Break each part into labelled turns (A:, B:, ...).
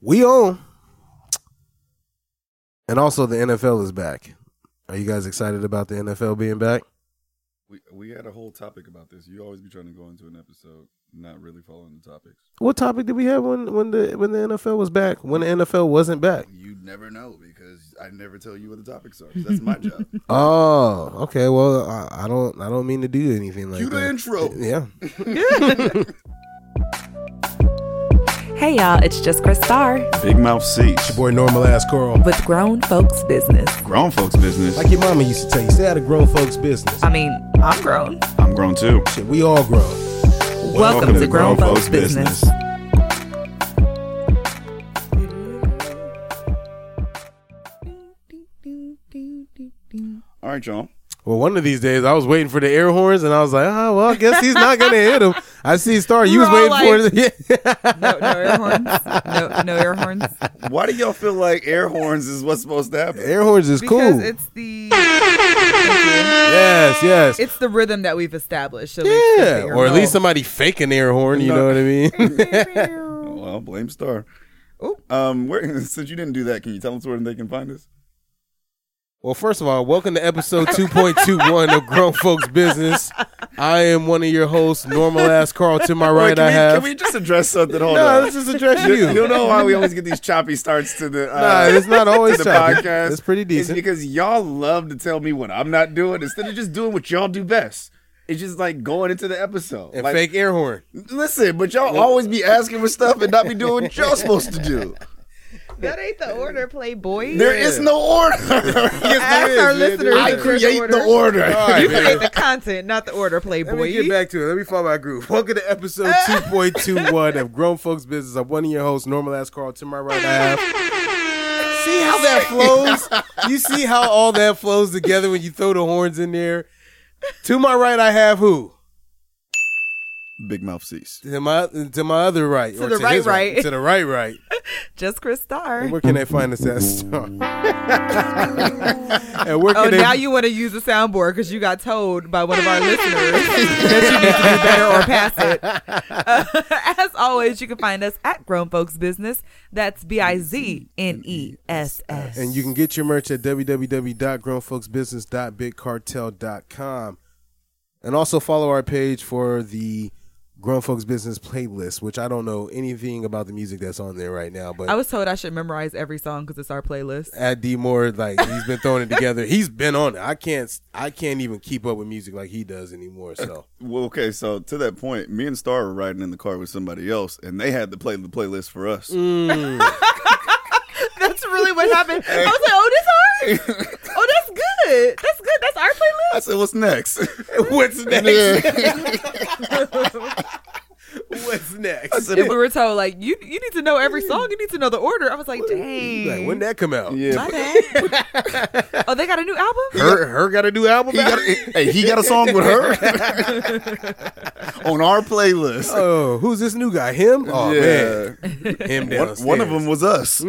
A: We on. And also, the NFL is back. Are you guys excited about the NFL being back?
B: We we had a whole topic about this. You always be trying to go into an episode not really following the topics.
A: What topic did we have when when the when the NFL was back? When the NFL wasn't back?
B: You never know because I never tell you what the topics are. That's my job.
A: Oh, okay. Well, I, I don't I don't mean to do anything like
B: Cue the
A: that.
B: intro.
A: Yeah.
C: Hey y'all, it's just Chris Starr
B: Big mouth seats.
D: Boy, normal ass Carl.
C: with Grown Folks Business.
B: Grown folks business.
D: Like your mama used to tell you, stay out of grown folks' business.
C: I mean, I'm grown.
B: I'm grown too.
D: Shit, we all grown.
C: Welcome, to, Grown, Folks Business.
B: All right, y'all.
A: Well, one of these days, I was waiting for the air horns, and I was like, oh, well, I guess he's not gonna hit him. I see Star. You
C: We
A: was
C: were all
A: waiting for it. Yeah.
C: No, no air horns. No, no air horns.
B: Why do y'all feel like air horns is what's supposed to happen?
A: Air horns is
E: because
A: cool.
E: it's the thank you.
A: yes, yes.
E: it's the rhythm that we've established. At least with
A: yeah,
E: the
A: or at least
E: air
A: somebody faking air horn. You
B: No.
A: know what I mean?
B: Oh, well, blame Star.
E: Oh.
B: Um, where, since you didn't do that, can you tell us where they can find us?
A: well, first of all, welcome to episode two point two one of Grown Folks Business. I am one of your hosts, normal ass Carl. To my right,
B: Wait, can
A: I
B: we,
A: have.
B: Can we just address something? Hold
A: no,
B: on.
A: let's just address
B: you,
A: you.
B: you know why we always get these choppy starts to the
A: Nah,
B: uh,
A: it's not always
B: to the
A: choppy.
B: podcast.
A: It's pretty
B: It's
A: decent.
B: because y'all love to tell me what I'm not doing instead of just doing what y'all do best. It's just like going into the episode.
A: and
B: Like,
A: fake air horn.
B: listen, but y'all always be asking for stuff and not be doing what y'all supposed to do.
E: horn. that ain't the order, Playboy.
B: There is no Uh, order.
E: Ask
A: Yes, there
E: our
A: is.
E: listeners.
B: I
E: if there's
B: create the order.
A: All right,
E: You
A: man.
E: create the content, not the order,
A: Let
E: Playboy.
A: me get back to it. Let me find my groove. Welcome to episode 2.21 of Grown Folks Business. I'm one of your hosts, Normal Ass Carl. To my right, I have. See how that flows? You see how all that flows together when you throw the horns in there? To my right, I have who?
B: Big mouth cease.
A: To my to my other right. To
E: the right,
A: his
E: right.
A: To the right, right.
C: Just Chris Starr.
A: And where can they find us at Star? and where can
E: Oh,
A: they
E: now you want to use the soundboard because you got told by one of our listeners that you need to do better or Uh, pass it.
C: As always, you can find us at Grown Folks Business. That's B I Z N E S S.
A: And you can get your merch at www.grownfolksbusiness.bigcartel.com. And also follow our page for the Grown Folks Business playlist, which I don't know anything about the music that's on there right now, but
E: I was told I should memorize every song because it's our playlist.
A: at D Moore, like he's been throwing it together. He's been on it. I can't I can't even keep up with music like he does anymore. So
B: Well, okay, so to that point, me and Star were riding in the car with somebody else, and they had to play the playlist for us.
E: That's really what happened. I was like, oh, this hard. Oh, that's good. That's good. That's our playlist.
B: I said, "What's next?"
A: what's
B: I
A: What's next?
B: said,
E: we were told like you you need to know every song. You need to know the order. I was like, dang.
A: Like, when that come out?
B: "Yeah."
E: My bad. oh, they got a new album?
A: Her her got a new album.
B: He
A: out?
B: got hey, he got a song with her on our playlist.
A: oh, who's this new guy? Him? Oh man,
B: yeah,
A: him
B: One-
A: downstairs.
B: one of them was us.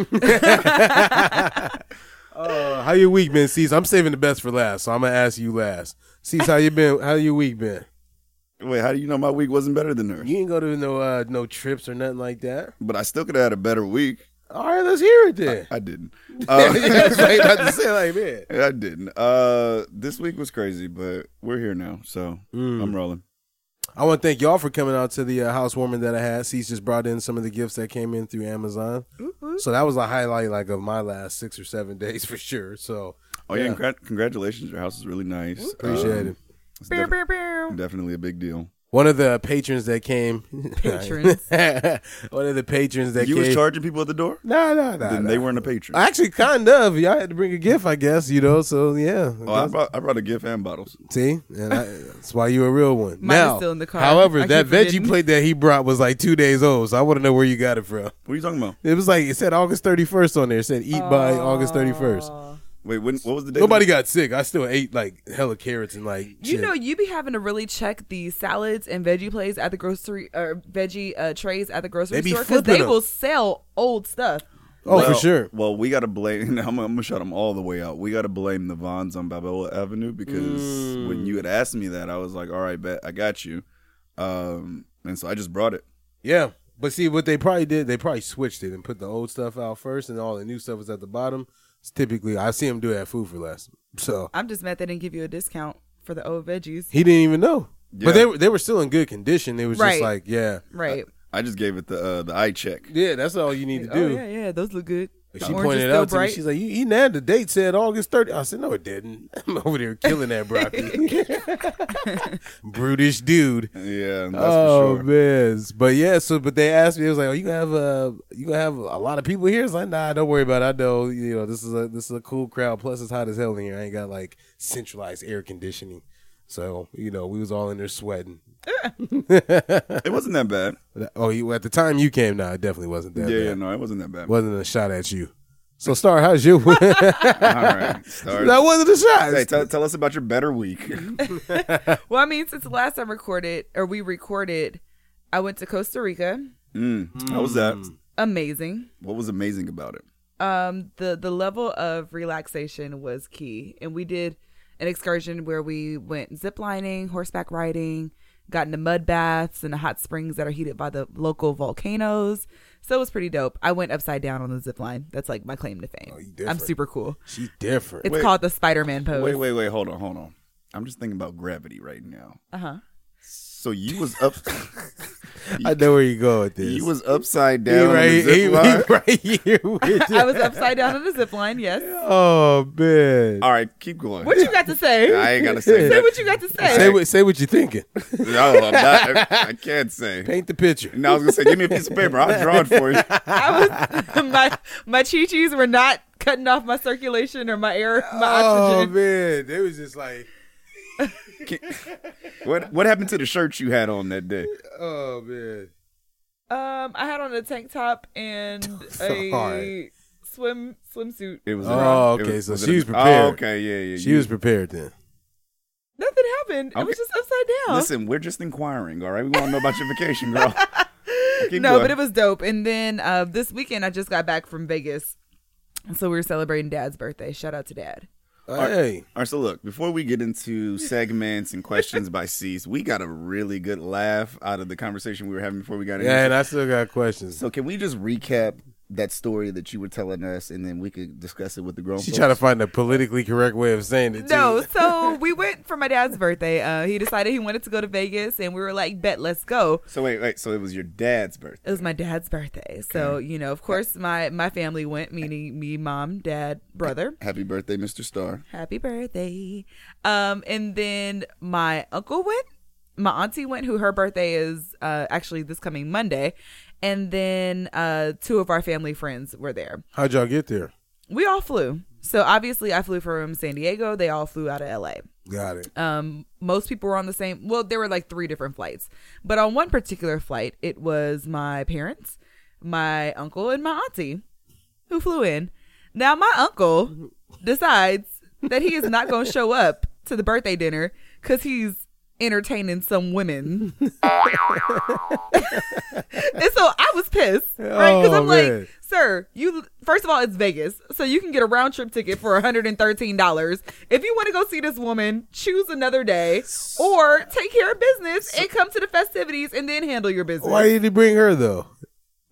A: Uh, how your week been, Cease? I'm saving the best for last, so I'm gonna ask you last. Cease, how you been? How your week been?
B: Wait, how do you know my week wasn't better than hers?
A: You ain't go to no uh, no trips or nothing like that.
B: But I still could have had a better week.
A: All right, let's hear it then.
B: I didn't. Uh,
A: That's what I about to say, like man.
B: I didn't. Uh, this week was crazy, but we're here now, so
A: Mm.
B: I'm rolling.
A: Um, I want to thank y'all for coming out to the uh, housewarming that I had. Cease just brought in some of the gifts that came in through Amazon, so that was a highlight like of my last six or seven days for sure. So
B: Oh yeah,
A: Yeah.
B: congrat- congratulations! Your house is really nice.
A: appreciate
B: Um,
A: it.
B: It's def- definitely a big deal.
A: One of the patrons that came,
E: Patrons.
A: one of the patrons that
B: you
A: came.
B: was charging people at the door.
A: nah, nah, nah.
B: Then
A: nah.
B: they weren't a patron.
A: Actually, kind of. Y'all had to bring a gift, I guess. You know, so yeah.
B: oh, I brought, I brought a gift and bottles.
A: See, and I, that's why you're a real one.
E: Mine is
A: now,
E: still in the car. I
A: however,
E: keep
A: that veggie
E: forgetting.
A: plate that he brought was like two days old, so I want to know where you got it from.
B: What are you talking about?
A: It was like it said August 31st on there. It said eat by
E: Oh.
A: August 31st.
B: Wait, when, what was the date?
A: Nobody got sick. I still ate like hella carrots and like
E: You
A: shit.
E: know, you be having to really check the salads and veggie plays at the grocery or veggie uh, trays at the grocery
A: They be
E: store because
A: flipping
E: they
A: 'em.
E: will sell old stuff.
A: oh
B: Well-
A: for sure.
B: Well, we gotta blame. I'm, I'm gonna shut them all the way out. We gotta blame the Vons on Balboa Avenue because when
A: Mm.
B: you had asked me that, I was like, "All right, bet I got you," um, and so I just brought it.
A: Yeah, But see, what they probably did, they probably switched it and put the old stuff out first, and all the new stuff is at the bottom. It's typically, I see him do that food for less. So
E: I'm just mad they didn't give you a discount for the old veggies.
A: he didn't even know.
B: Yeah.
A: But they were they were still in good condition. It was
E: Right.
A: just like, yeah,
E: Right.
B: I just gave it the uh, the eye check.
A: yeah, that's all you need to
E: oh
A: do.
E: yeah, yeah, those look good.
A: And
E: The
A: She
E: orange is
A: pointed it
E: still
A: out to me.
E: bright.
A: She's like, "You eating that?" The date said August 30th. I said, "No, it didn't. I'm over there killing that broccoli, brutish dude."
B: Yeah, that's
A: oh
B: for sure.
A: man, but yeah. So, but they asked me. It was like, "Oh, you gonna have a you gonna have a lot of people here?" It's like, "Nah, don't worry about it. I know you know this is a this is a cool crowd. Plus, it's hot as hell in here. I ain't got like centralized air conditioning, so you know we was all in there sweating."
B: It wasn't that bad.
A: Oh, you at the time you came. Nah, it definitely wasn't that.
B: Yeah,
A: bad.
B: yeah, no, it wasn't that bad.
A: wasn't a shot at you. So, Star, how's you? that
B: All right, start.
A: wasn't a shot.
B: Hey, tell, tell us about your better week.
E: Well, I mean, since the last I recorded or we recorded, I went to Costa Rica.
B: Mm, How was that?
E: Amazing.
B: What was amazing about it?
E: Um, the the level of relaxation was key, and we did an excursion where we went zip lining, horseback riding, got into mud baths and the hot springs that are heated by the local volcanoes. So it was pretty dope. I went upside down on the zip line. That's like my claim to fame.
A: you
E: I'm
A: different.
E: super cool.
A: She different.
E: It's
B: Oh, Wait.
E: called the Spider Man pose.
B: Wait, wait, wait. Hold on, hold on. I'm just thinking about gravity right now.
E: Uh huh.
B: So you was up.
A: I know where you go with this.
B: you was upside
A: He
B: down. on the
A: right,
B: zip
A: he- he
B: line.
A: right here. With
E: I
A: you.
E: was upside down on the zip line. Yes.
A: oh man.
B: All right, keep going.
E: What you got to say?
B: I ain't gotta say
E: Say
B: that.
E: what you got to say.
A: Say what say what you're thinking.
B: No, I'm not, I, I can't say.
A: Paint the picture.
B: And I was gonna say, give me a piece of paper. I'll draw it for you.
E: I was my my chi chis were not cutting off my circulation or my air my
A: Oh
E: oxygen.
A: man, it was just like,
B: What What happened to the shirt you had on that day?
A: oh man.
E: Um, I had on a tank top and a
A: Alright.
E: swim swimsuit.
B: It was.
A: Oh,
B: it
A: okay,
B: was-
A: so
B: was
A: she
B: it-
A: was prepared.
B: Oh, okay, yeah, yeah.
A: She
B: you-
A: was prepared then.
E: Nothing happened. It was
B: Okay.
E: just upside down.
B: Listen, we're just inquiring. All right, we want to know about your vacation, girl. Keep
E: no,
B: going.
E: but it was dope. And then uh, this weekend, I just got back from Vegas, so we were celebrating Dad's birthday. Shout out to Dad.
A: hey,
B: All right, so look, before we get into segments and questions by C's, we got a really good laugh out of the conversation we were having before we got in.
A: yeah, and I still got questions.
B: so can we just recap that story that you were telling us, and then we could discuss it with the grown
A: she
B: folks?
A: tried to find a politically correct way of saying it.
E: No,
A: too.
E: so we went for my dad's birthday. Uh, he decided he wanted to go to Vegas, and we were like, "Bet, let's go."
B: So wait, wait. So it was your dad's birthday.
E: It was my dad's birthday. So, you know, of course my my family went, meaning me, mom, dad, brother.
B: Happy birthday, Mr. Star.
E: Happy birthday. Um and then my uncle went, my auntie went who her birthday is uh actually this coming Monday. And then uh two of our family friends were there.
A: How'd y'all get there?
E: We all flew. So obviously I flew from San Diego, they all flew out of LA.
A: Got it.
E: Um, most people were on the same. Well, there were like three different flights, but on one particular flight, it was my parents, my uncle, and my auntie who flew in. Now, my uncle decides that he is not going to show up to the birthday dinner because he's entertaining some women. and so I was pissed, right? Because
A: Oh,
E: I'm
A: man.
E: like, sir, you first of all, it's Vegas, so you can get a round trip ticket for $113. If you want to go see this woman, choose another day or take care of business and come to the festivities and then handle your business.
A: Why did he bring her though?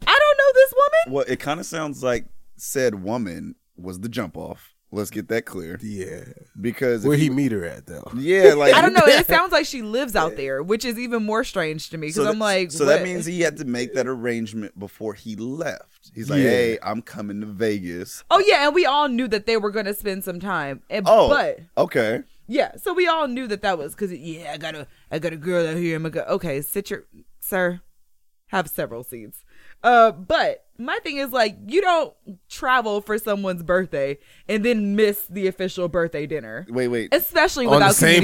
E: I don't know this woman.
B: Well, it kind of sounds like said woman was the jump off. Let's get that clear
A: Yeah.
B: because if
A: Where
B: you-
A: he meet her at though?
B: yeah, like
E: I don't know. It sounds like she lives out there, which is even more strange to me because
B: that-
E: I'm like,
B: so
E: what?
B: that means he had to make that arrangement before he left. He's like,
A: Yeah.
B: hey, I'm coming to Vegas.
E: oh yeah, and we all knew that they were going to spend some time. And,
B: Oh,
E: but
B: okay.
E: yeah, so we all knew that that was because yeah, I got a I got a girl out here. I'm gonna go. Okay, sit your sir, have several seats. Uh, but my thing is like, you don't travel for someone's birthday and then miss the official birthday dinner,
B: Wait, wait.
E: especially
A: On
E: without
A: the same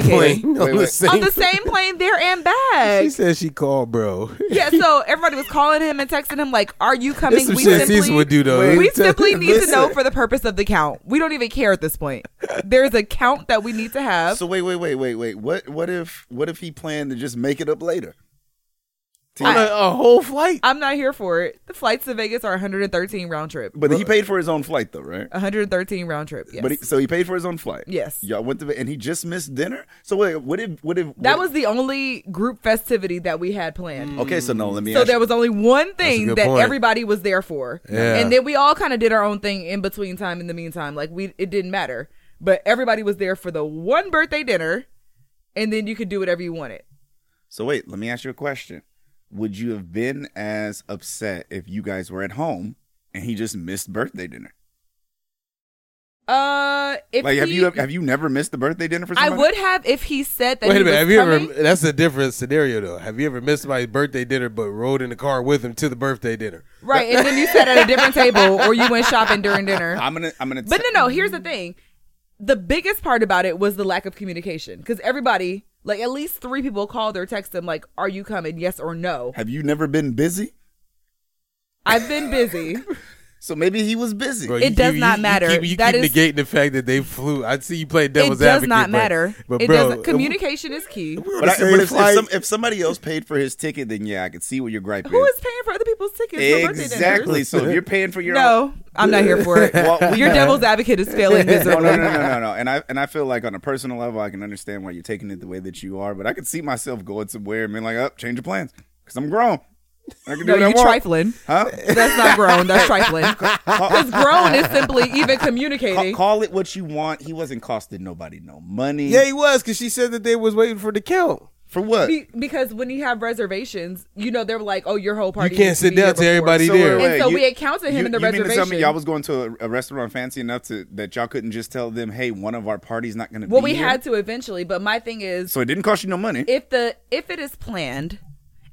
A: plane.
E: communicating.
B: Wait,
A: On the
B: wait.
A: same
E: On the same plane there and back.
A: She said she called, bro.
E: Yeah, so everybody was calling him and texting him like, "Are you coming?"
A: This some shit Caesar would do though.
E: we
A: Let me tell
E: simply
A: you.
E: need to know for the purpose of the count. We don't even care at this point. There's a count that we need to have.
B: So wait, wait, wait, wait, wait. What what if what if he planned to just make it up later?
A: On a, a whole flight.
E: I'm not here for it. The flights to Vegas are 113 round trip.
B: But he paid for his own flight though, right?
E: 113 round trip. Yes.
B: But he, so he paid for his own flight.
E: Yes.
B: Y'all went to and he just missed dinner. So wait, what if what if what-
E: that was the only group festivity that we had planned.
B: okay? So no, let me.
E: So
B: ask
E: there
B: you-
E: was only one thing
A: Mm. good
E: that
A: point.
E: everybody was there for,
A: Yeah.
E: and then we all kind of did our own thing in between time. In the meantime, like we, it didn't matter, but everybody was there for the one birthday dinner, and then you could do whatever you wanted.
B: So wait, let me ask you a question. Would you have been as upset if you guys were at home and he just missed birthday dinner?
E: Uh, if
B: Like, have
E: he-
B: you have you never missed the birthday dinner for
E: I
B: somebody?
E: would have if he said that.
A: Wait
E: he
A: a minute.
E: was
A: Have you
E: coming.
A: ever? That's a different scenario though. Have you ever missed my birthday dinner but rode in the car with him to the birthday dinner?
E: Right, and then you sat at a different table or you went shopping during dinner.
B: I'm gonna. I'm gonna.
E: But
B: te-
E: no, no, here's the thing. The biggest part about it was the lack of communication because everybody, like at least three people called or texted him, like, Are you coming? Yes or no.
B: Have you never been busy?
E: I've been busy.
B: So maybe he was busy.
A: Bro,
E: It does not matter.
A: You keep, you
E: That
A: keep
E: is-
A: negating the fact that they flew. I see you play
E: it
A: devil's
E: does
A: advocate.
E: not
A: but-
E: matter.
A: But,
B: uh,
E: it
A: bro,
E: doesn't. Communication is key. Who
B: But, I,
A: Same
B: but if, if,
A: flight.
B: some, if somebody else paid for his ticket, then yeah, I could see what your gripe
E: is paying for other people's tickets for birthday dinners?
B: exactly. So if you're paying for your own,
E: No, I'm not here for it.
B: Well, we-
E: Your devil's advocate is failing
B: no, Oh, no,
E: miserably.
B: no, no, no, no. And I and I feel like on a personal level, I can understand why you're taking it the way that you are. But I could see myself going somewhere and being like, "Up, oh, change your plans," because I'm grown. I can do
E: No,
B: what I
E: you
B: want.
E: trifling.
B: Huh?
E: That's not grown. That's trifling. Because grown is simply even
B: Ca-
E: communicating.
B: call it what you want. He wasn't costing nobody no money.
A: yeah, he was because she said that they was waiting for the count.
B: For what?
E: Be- because when you have reservations, you know they're like, "Oh, your whole party."
A: can't
E: needs
A: sit
E: be here
A: down till
E: before."
A: everybody there.
E: And so we had counted him
B: you-
E: in the
B: you mean to tell me
E: reservation.
B: y'all was going to a, a restaurant fancy enough to that y'all couldn't just tell them, hey, one of our party's not going to
E: Well,
B: be
E: we
B: here?
E: had to eventually, but my thing is,
B: So it didn't cost you no money.
E: if the if it is planned,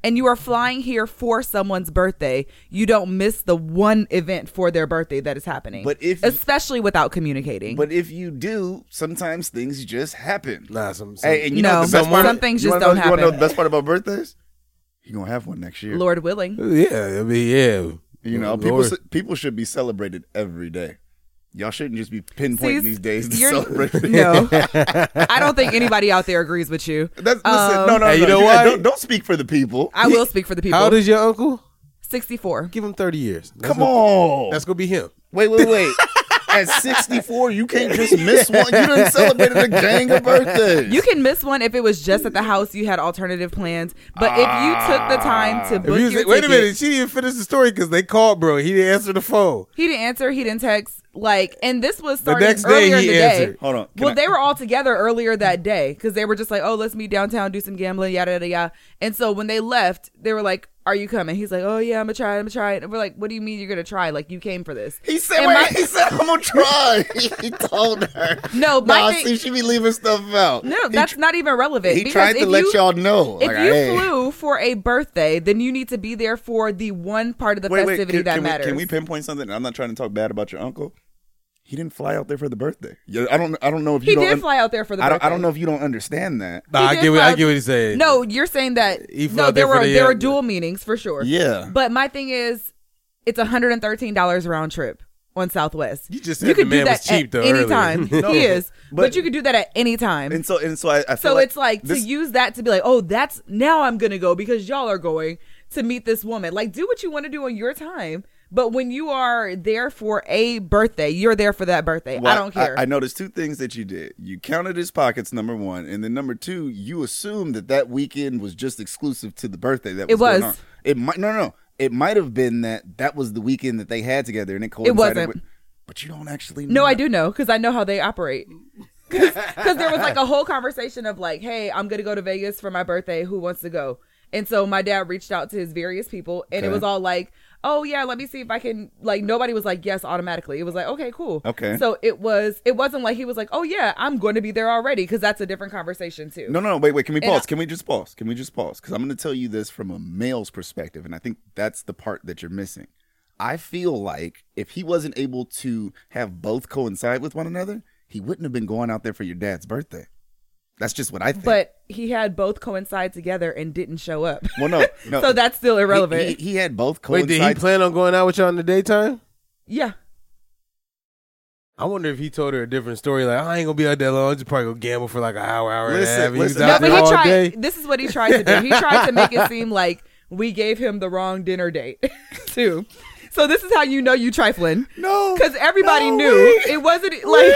E: and you are flying here for someone's birthday, you don't miss the one event for their birthday that is happening.
B: But if-
E: especially without communicating,
B: but if you do, sometimes things just happen.
A: Nah, some, some
B: Hey, and you know
E: No,
B: what the best
E: some
B: part,
E: things
B: you
E: just
B: wanna know-
E: don't
B: You wanna know
E: happen.
B: the best part about birthdays? You're gonna have one next year.
E: Lord willing,
A: yeah, I mean, yeah.
B: You know,
A: Lord.
B: people s- people should be celebrated every day. Y'all shouldn't just be pinpointing
E: See,
B: these days to
E: you're-
B: celebrate.
E: no, I don't think anybody out there agrees with you.
B: That's listen, no, no,
A: Hey,
B: no.
A: you know
B: guys
A: what?
B: Don't, don't speak for the people.
E: Um, I will speak for the people.
A: How old is your uncle?
E: Sixty-four.
A: Give him thirty years. That's
B: Come
A: gonna-
B: on.
A: that's gonna be him.
B: wait, wait, wait. At 64, you can't just miss one. You done celebrated a gang of birthdays.
E: You can miss one if it was just at the house. You had alternative plans, but if you took the time to
A: If
E: book
A: you
E: your
A: say- wait a
E: ticket-
A: minute, she didn't finish the story because they called, bro. He didn't answer the phone.
E: he didn't answer. He didn't text. Like, and this was starting
A: next day
E: earlier
A: he
E: in the
A: answered.
E: day.
B: Hold on, Oh, can
E: Well,
B: I-
E: they were all together earlier that day because they were just like, "Oh, let's meet downtown, do some gambling, yada yada yada." And so when they left, they were like, "Are you coming?" He's like, "Oh yeah, I'm gonna try. it, I'm gonna try." it." And we're like, "What do you mean you're gonna try? Like you came for this?"
B: he said,
E: And
B: wait,
E: my-
B: he said, I'm going to try. he told her.
E: No,
B: Nah,
E: my thing-
B: see, she be leaving stuff out.
E: No, that's not even relevant.
B: He
E: because
B: tried to
E: if
B: let
E: you-
B: y'all know.
E: If
B: like,
E: you
B: hey.
E: flew for a birthday, then you need to be there for the one part of the
B: Wait, wait,
E: festivity
B: can,
E: that
B: can we,
E: matters.
B: can we pinpoint something? I'm not trying to talk bad about your uncle. He didn't fly out there for the birthday. Yeah, I don't. I don't know if you
E: He
B: don't.
E: did
B: un-
E: fly out there for the
B: I don't, I
E: birthday.
B: don't know if you don't understand that.
A: Nah,
E: He
A: I
E: did
A: get what I
E: fly-
A: get what he's saying.
E: No, you're saying that
A: He flew
E: no,
A: out there
E: there
A: for
E: were
A: the,
E: there
A: uh,
E: were dual meanings for sure.
B: Yeah.
E: But my thing is, it's hundred and thirteen dollars round trip on Southwest.
A: You just said the man was cheap,
E: at
A: though,
E: any
A: earlier.
E: time. he is, but,
B: but-
E: you could do that at any time.
B: And so and so I, I feel
E: so
B: like
E: it's like
B: this-
E: to use that to be like, oh, that's now I'm gonna go because y'all are going to meet this woman. Like, do what you want to do on your time. But when you are there for a birthday, you're there for that birthday. I
B: Well,
E: don't care.
B: I, noticed two things that you did. You counted his pockets, number one, and then number two, you assumed that that weekend was just exclusive to the birthday that was.
E: It
B: going
E: was.
B: on. It might no, no no. It might have been that that was the weekend that they had together, and it coincided.
E: wasn't.
B: With, but you don't actually.
E: No,
B: know.
E: I do know because I know how they operate. Because there was like a whole conversation of like, hey, I'm gonna go to Vegas for my birthday. Who wants to go? And so my dad reached out to his various people, and it was all like, oh yeah, let me see if I can. Like nobody was like yes automatically. It was like okay, cool.
B: Okay.
E: So it was. It wasn't like he was like, oh yeah, I'm going to be there already because that's a different conversation too.
B: No, no, no. Wait, wait. Can we
E: And
B: pause?
E: I-
B: can we just pause? Can we just pause? Because I'm going to tell you this from a male's perspective, and I think that's the part that you're missing. I feel like if he wasn't able to have both coincide with one another, he wouldn't have been going out there for your dad's birthday. That's just what I think.
E: But he had both coincide together and didn't show up.
B: well, no, no.
E: so that's still
B: He-
E: irrelevant.
B: He, he had both
A: Wait,
B: coincide.
A: did he plan on going out with y'all in the daytime?
E: yeah.
A: I wonder if he told her a different story. Like, I ain't gonna be out that long. I'm just probably gonna gamble for like an hour, hour
B: Listen,
A: and a half. and he was
B: listen.
A: out
E: No, but
A: there
E: he
A: all
E: tried.
A: day.
E: This is what he tried to do. He tried to make it seem like we gave him the wrong dinner date too. So this is how you know you trifling.
B: No,
E: Because everybody
B: no,
E: knew
B: wait.
E: it wasn't like.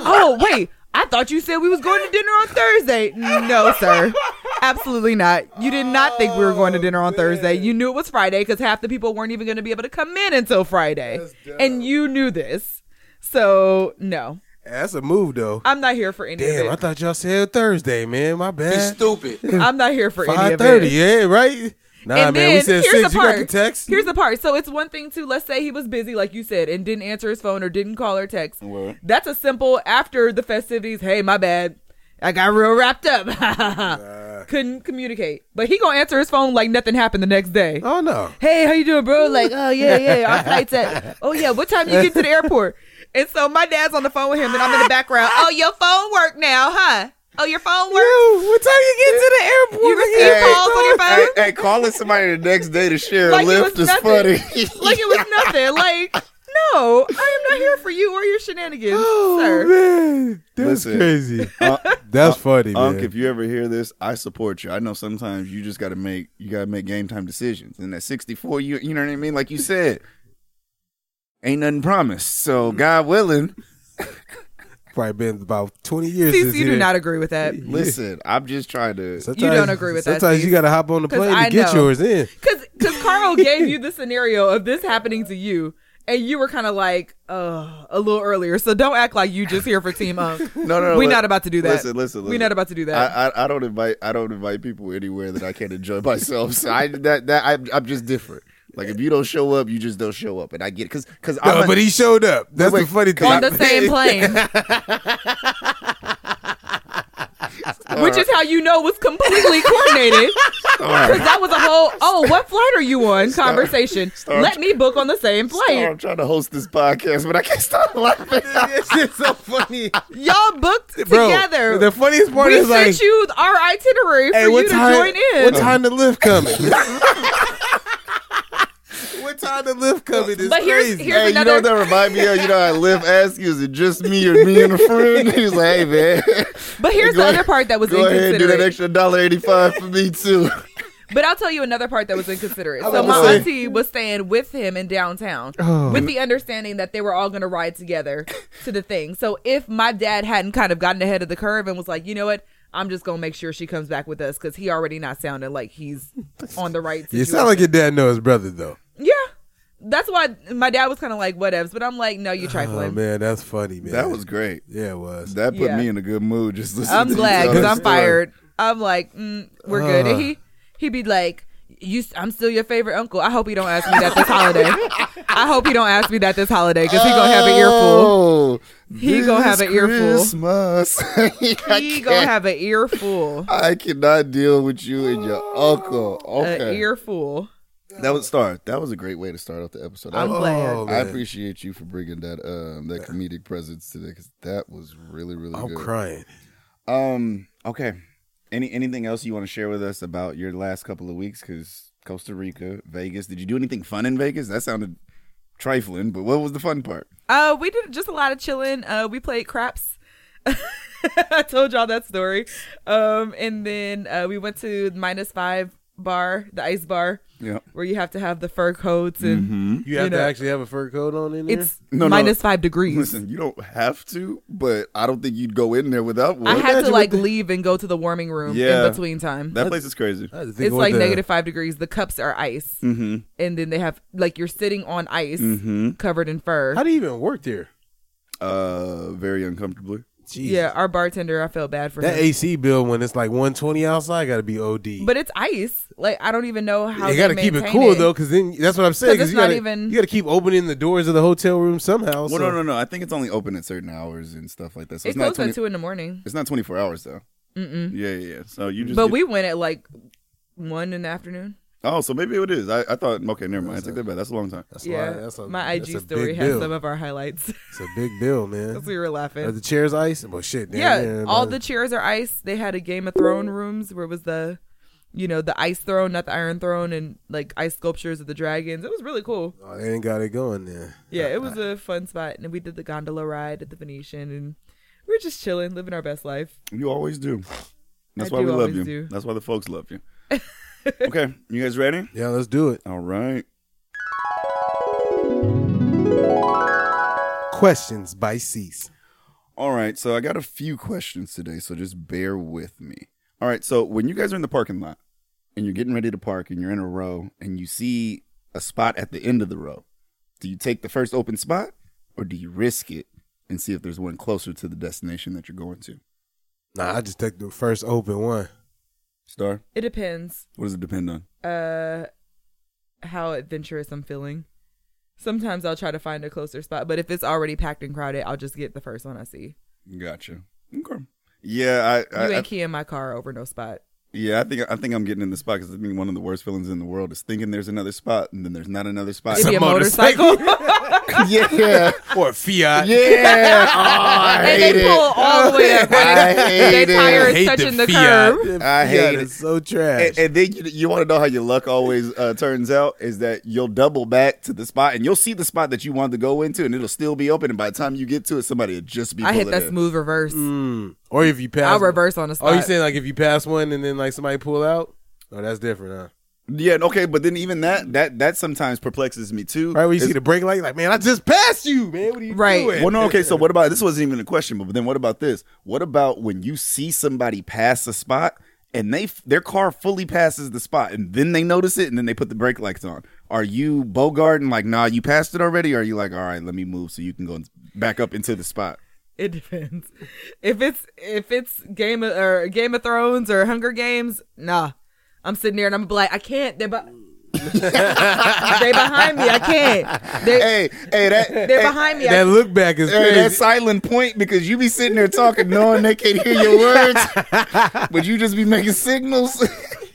E: oh wait, I thought you said we was going to dinner on Thursday. No, sir, absolutely not. You did not think we were going to dinner
B: Oh,
E: on Thursday. You knew it was Friday because half the people weren't even going to be able to come in until Friday, and you knew this. So no,
A: That's a move though.
E: I'm not here for any
A: Damn, I
E: of it.
A: thought y'all said Thursday, man. My bad.
E: I'm not here for any
A: Five
E: of it.
A: thirty, yeah, right. Nah, man,
E: and then
A: we said
E: here's
A: six.
E: the
A: You
E: part.
A: got the text.
E: Here's the part. So it's one thing to let's say he was busy, like you said, and didn't answer his phone or didn't call or text.
B: Word.
E: That's a simple after the festivities. Hey, my bad. I got real wrapped up. Couldn't communicate. But he gonna answer his phone like nothing happened the next day.
A: oh no,
E: Hey, how you doing, bro? Like, oh yeah, yeah. Our flight's at. Oh yeah. What time you get to the airport? And so my dad's on the phone with him, and I'm in the background. Oh, your phone work now, huh? Oh, your phone work.
A: what time you get to the airport?
E: You receive calls on your phone.
B: Hey, hey, calling somebody the next day to share
E: Like
B: a
E: it
B: lift
E: was
B: is
E: nothing.
B: funny.
E: like it was nothing. Like, no, I am not here for you or your shenanigans,
B: Oh,
E: sir.
A: Oh, man, that's
B: Listen.
A: crazy.
B: Uh,
A: That's funny, man.
B: Unc, if you ever hear this, I support you. I know sometimes you just got to make you got to make game time decisions. And at 64, you you know what I mean? Like you said, ain't nothing promised.
A: Mm.
B: So God willing,
A: Probably been about twenty years.
E: Cease,
A: since
E: you
A: he
E: do
A: done-
E: not agree with that.
B: listen, I'm just trying to.
A: Sometimes,
E: You don't agree with that,
A: Sometimes
E: Steve.
A: you got to hop on the
E: 'Cause
A: plane
E: I
A: to get
E: know.
A: yours in.
E: Because Carl gave you the scenario of this happening to you, and you were kind of like, uh, a little earlier. So don't act like you just here for Team Unk.
B: No, no, no. li-
E: We're not about to do that.
B: Listen, listen, listen.
E: We're not about to do that.
B: I, I, I don't invite I don't invite people anywhere that I can't enjoy myself. So I that that I'm, I'm just different. Like if you don't show up, you just don't show up, and I get because because
A: No, Oh, but he showed up. That's
B: Wait,
A: the funny thing.
E: on the same plane. Which is how you know it was completely coordinated. Because that was a whole, oh, what flight are you on conversation. Let me book on the same
B: I'm
E: plane.
B: trying to host this podcast, but I can't stop laughing.
A: it's just so funny,
E: Y'all booked
A: bro.
E: together.
A: The funniest part
E: we
A: is
E: sent
A: like,
E: you our itinerary for
A: hey,
E: you
A: what
E: to
A: time?
E: join in.
A: What time the lift coming? what time the lift coming? Is
E: But here's-
A: crazy.
E: here's-
B: Hey, you know what that remind me of? You know, I live ask you, is it just me or me and a friend? He's like, hey man,
E: but here's
B: Go
E: the
B: ahead-
E: other part that was
B: go ahead and do that
E: inconsiderate.
B: extra dollar eighty five for me too.
E: But I'll tell you another part that was inconsiderate. So
A: about
E: my
A: to say- Oh.
E: auntie was staying with him in downtown with the understanding that they were all going to ride together to the thing. So if my dad hadn't kind of gotten ahead of the curve and was like, you know what? I'm just going to make sure she comes back with us because he already not sounding like he's on the right
A: You
E: situation.
A: sound like your dad knows his brother though.
E: yeah. That's why my dad was kind of like, whatevs. But I'm like, no, you
A: Oh
E: trifling.
A: man, that's funny, man.
B: That was great.
A: yeah, it was.
B: That put
E: Yeah.
B: me in a good mood. Just listening.
E: I'm
B: to you
E: glad
B: tell
E: because
B: this
E: I'm
B: story.
E: fired. I'm like, mm, we're good.
A: Ugh.
E: And he he be like, you, I'm still your favorite uncle. I hope he don't ask me that this holiday. I hope he don't ask me that this holiday because he gonna have an earful.
B: Oh,
E: He gonna have
B: this
E: an earful.
B: Christmas. I,
E: He gonna
B: can't-
E: have an earful,
B: I cannot deal with you and your uncle.
E: an
B: Okay,
E: earful.
B: that was start. That was a great way to start off the episode.
E: I'm
B: I-
E: glad.
A: Oh,
B: I
A: man.
B: appreciate you for bringing that um that comedic presence today because that was really really
A: I'm
B: good.
A: crying.
B: Um. Okay. Any anything else you want to share with us about your last couple of weeks? Because Costa Rica, Vegas. Did you do anything fun in Vegas? That sounded trifling, but what was the fun part?
E: Uh, we did just a lot of chilling. Uh, we played craps. I told y'all that story. Um, and then uh, we went to minus five bar, the ice bar,
B: Yeah.
E: where you have to have the fur coats and
B: Mm-hmm.
A: You have
E: know,
A: to actually have a fur coat on in there.
E: it's
B: No, no.
E: minus five degrees.
B: Listen, you don't have to, but I don't think you'd go in there without
E: I
B: one.
E: had to
A: what
E: like
A: the-
E: leave and go to the warming room
B: Yeah.
E: in between time.
B: that place is crazy.
A: I had to think
E: It's
A: about
E: like
A: the-
E: negative five degrees. The cups are ice,
B: Mm-hmm.
E: and then they have like you're sitting on ice,
B: Mm-hmm.
E: covered in fur.
A: How do you even work there?
B: Uh, very uncomfortably.
A: Jeez.
E: yeah, our bartender, I felt bad for
A: That
E: him,
A: AC bill when it's like 120 outside got to be OD.
E: but it's ice. Like I don't even know how
A: you
E: got to
A: keep it cool though, because then that's what I'm saying.
E: 'Cause it's
A: you
E: not
A: gotta,
E: even-
A: you got to keep opening the doors of the hotel room somehow. so-
B: well, no, no, no. I think it's only open at certain hours and stuff like that. So
E: It
B: it's not
E: closed
B: 20,
E: at two in the morning,
B: It's not twenty four hours though. Mm-mm. Yeah, yeah, yeah. So you just
E: Mm-hmm. but
B: get-
E: we went at like one in the afternoon.
B: Oh, so maybe it is. I, I thought. Okay, never mind. I take that back. That's a long time.
A: That's
E: yeah,
A: why- that's a-
E: my
A: that's
E: IG
A: a
E: story
A: big
E: has
A: bill.
E: some of our highlights.
A: It's a big bill, man.
E: 'Cause we were
A: Are
E: laughing.
A: the chairs ice? Well, shit. damn
E: yeah,
A: near,
E: all the
A: man.
E: chairs are ice. They had a Game of Throne rooms where it was the, you know, the ice throne, not the iron throne, and like ice sculptures of the dragons. It was really cool.
A: Oh, they ain't got it going there.
E: Yeah, it was a fun spot, and we did the gondola ride at the Venetian, and we are just chilling, living our best life.
B: You always do. That's
E: I
B: why
E: do
B: we love
E: always
B: you.
E: do.
B: That's why the folks love you. Okay, you guys ready?
A: Yeah, let's do it.
B: All right.
A: Questions by Cease.
B: All right, so I got a few questions today, so just bear with me. All right, so when you guys are in the parking lot and you're getting ready to park and you're in a row and you see a spot at the end of the row, do you take the first open spot or do you risk it and see if there's one closer to the destination that you're going to?
A: Nah, I just take the first open one.
B: Star,
E: It depends.
B: what does it depend on?
E: Uh, how adventurous I'm feeling. Sometimes I'll try to find a closer spot, but if it's already packed and crowded, I'll just get the first one I see.
B: Gotcha. Okay. Yeah, I,
E: You
B: I, I
E: ain't keying my car over no spot.
B: yeah, I think I think I'm getting in the spot because I think one of the worst feelings in the world is thinking there's another spot and then there's not another spot.
E: It'd be a
A: motorcycle.
E: motorcycle.
B: yeah,
A: Or a Fiat.
B: yeah. Oh, I
E: and
B: hate
E: they pull
B: it.
E: all the way up.
B: I hate
E: Their tire
B: it.
A: hate
E: is
A: the
E: touching the,
A: Fiat.
E: curb.
B: I
A: Fiat
B: hate
A: is so trash.
B: And, and then you, you want to know how your luck always uh, turns out is that you'll double back to the spot and you'll see the spot that you wanted to go into and it'll still be open. And by the time you get to it, somebody will just be.
E: I hit
B: pulling
E: that
B: in.
E: smooth reverse.
A: Mm. Or if you pass,
E: I'll reverse on the spot.
A: Oh, you saying like if you pass one and then like somebody pull out? Oh, that's different, huh?
B: Yeah, and okay, but then even that that that sometimes perplexes me too.
A: Right when you
B: It's-
A: see the brake light, like man, I just passed you, man. What are you
E: Right.
A: doing?
B: Well, no, okay. So what about this? Wasn't even a question, but then what about this? What about when you see somebody pass a spot and they f- their car fully passes the spot and then they notice it and then they put the brake lights on? Are you bogarting like, nah, you passed it already? Or are you like, all right, let me move so you can go in- back up into the spot?
E: It depends. If it's if it's Game of, or Game of Thrones or Hunger Games, nah. I'm sitting there and I'm like, I can't. They're, be- they behind me. I can't. They,
B: Hey, hey, that
E: they're
B: hey,
E: behind me.
A: That
E: I,
A: look back is
B: Hey,
A: crazy.
B: that silent point because you be sitting there talking, knowing they can't hear your words, but you just be making signals.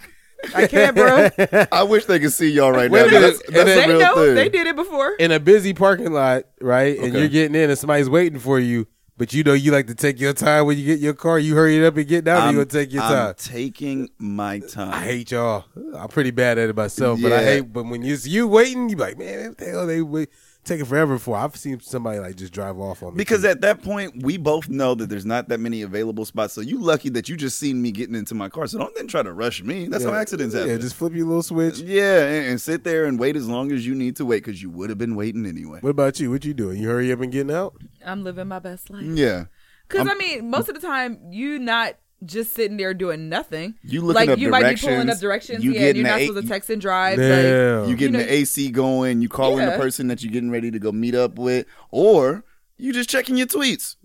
E: I can't, bro.
B: I wish they could see y'all right
A: Wait a
B: now. but
A: minute.
B: That's, that's
A: And
B: a
E: they
B: real
E: know.
B: thing.
E: They did it before.
A: in a busy parking lot, right? And
B: Okay.
A: you're getting in, and somebody's waiting for you. But you know you like to take your time when you get in your car. You hurry it up and get down. and you gonna take your
B: I'm
A: time.
B: taking my time.
A: I hate y'all. I'm pretty bad at it myself, but I
B: Yeah.
A: hate. But when it's you waiting, you be like, man, what the hell they wait, taking forever for? I've seen somebody like just drive off on me
B: because
A: too.
B: at that point, we both know that there's not that many available spots. So you lucky that you just seen me getting into my car. So don't then try to rush me. That's how accidents happen.
A: Yeah, just flip your little switch.
B: Yeah, and, and sit there and wait as long as you need to wait because you would have been waiting anyway.
A: What about you? What you doing? You hurry up and getting out?
E: I'm living my best life.
B: Yeah,
E: Because I mean, most of the time, you not just sitting there doing nothing.
B: You looking
E: like
B: up
E: you might be pulling up
B: directions,
E: directions.
B: you
E: yeah,
B: getting
E: you're not
B: a- E
E: supposed to text and drive. Like,
A: Damn.
B: you getting
E: know-
B: the AC going, you calling
E: Yeah.
B: the person that you're getting ready to go meet up with, or you just checking your tweets.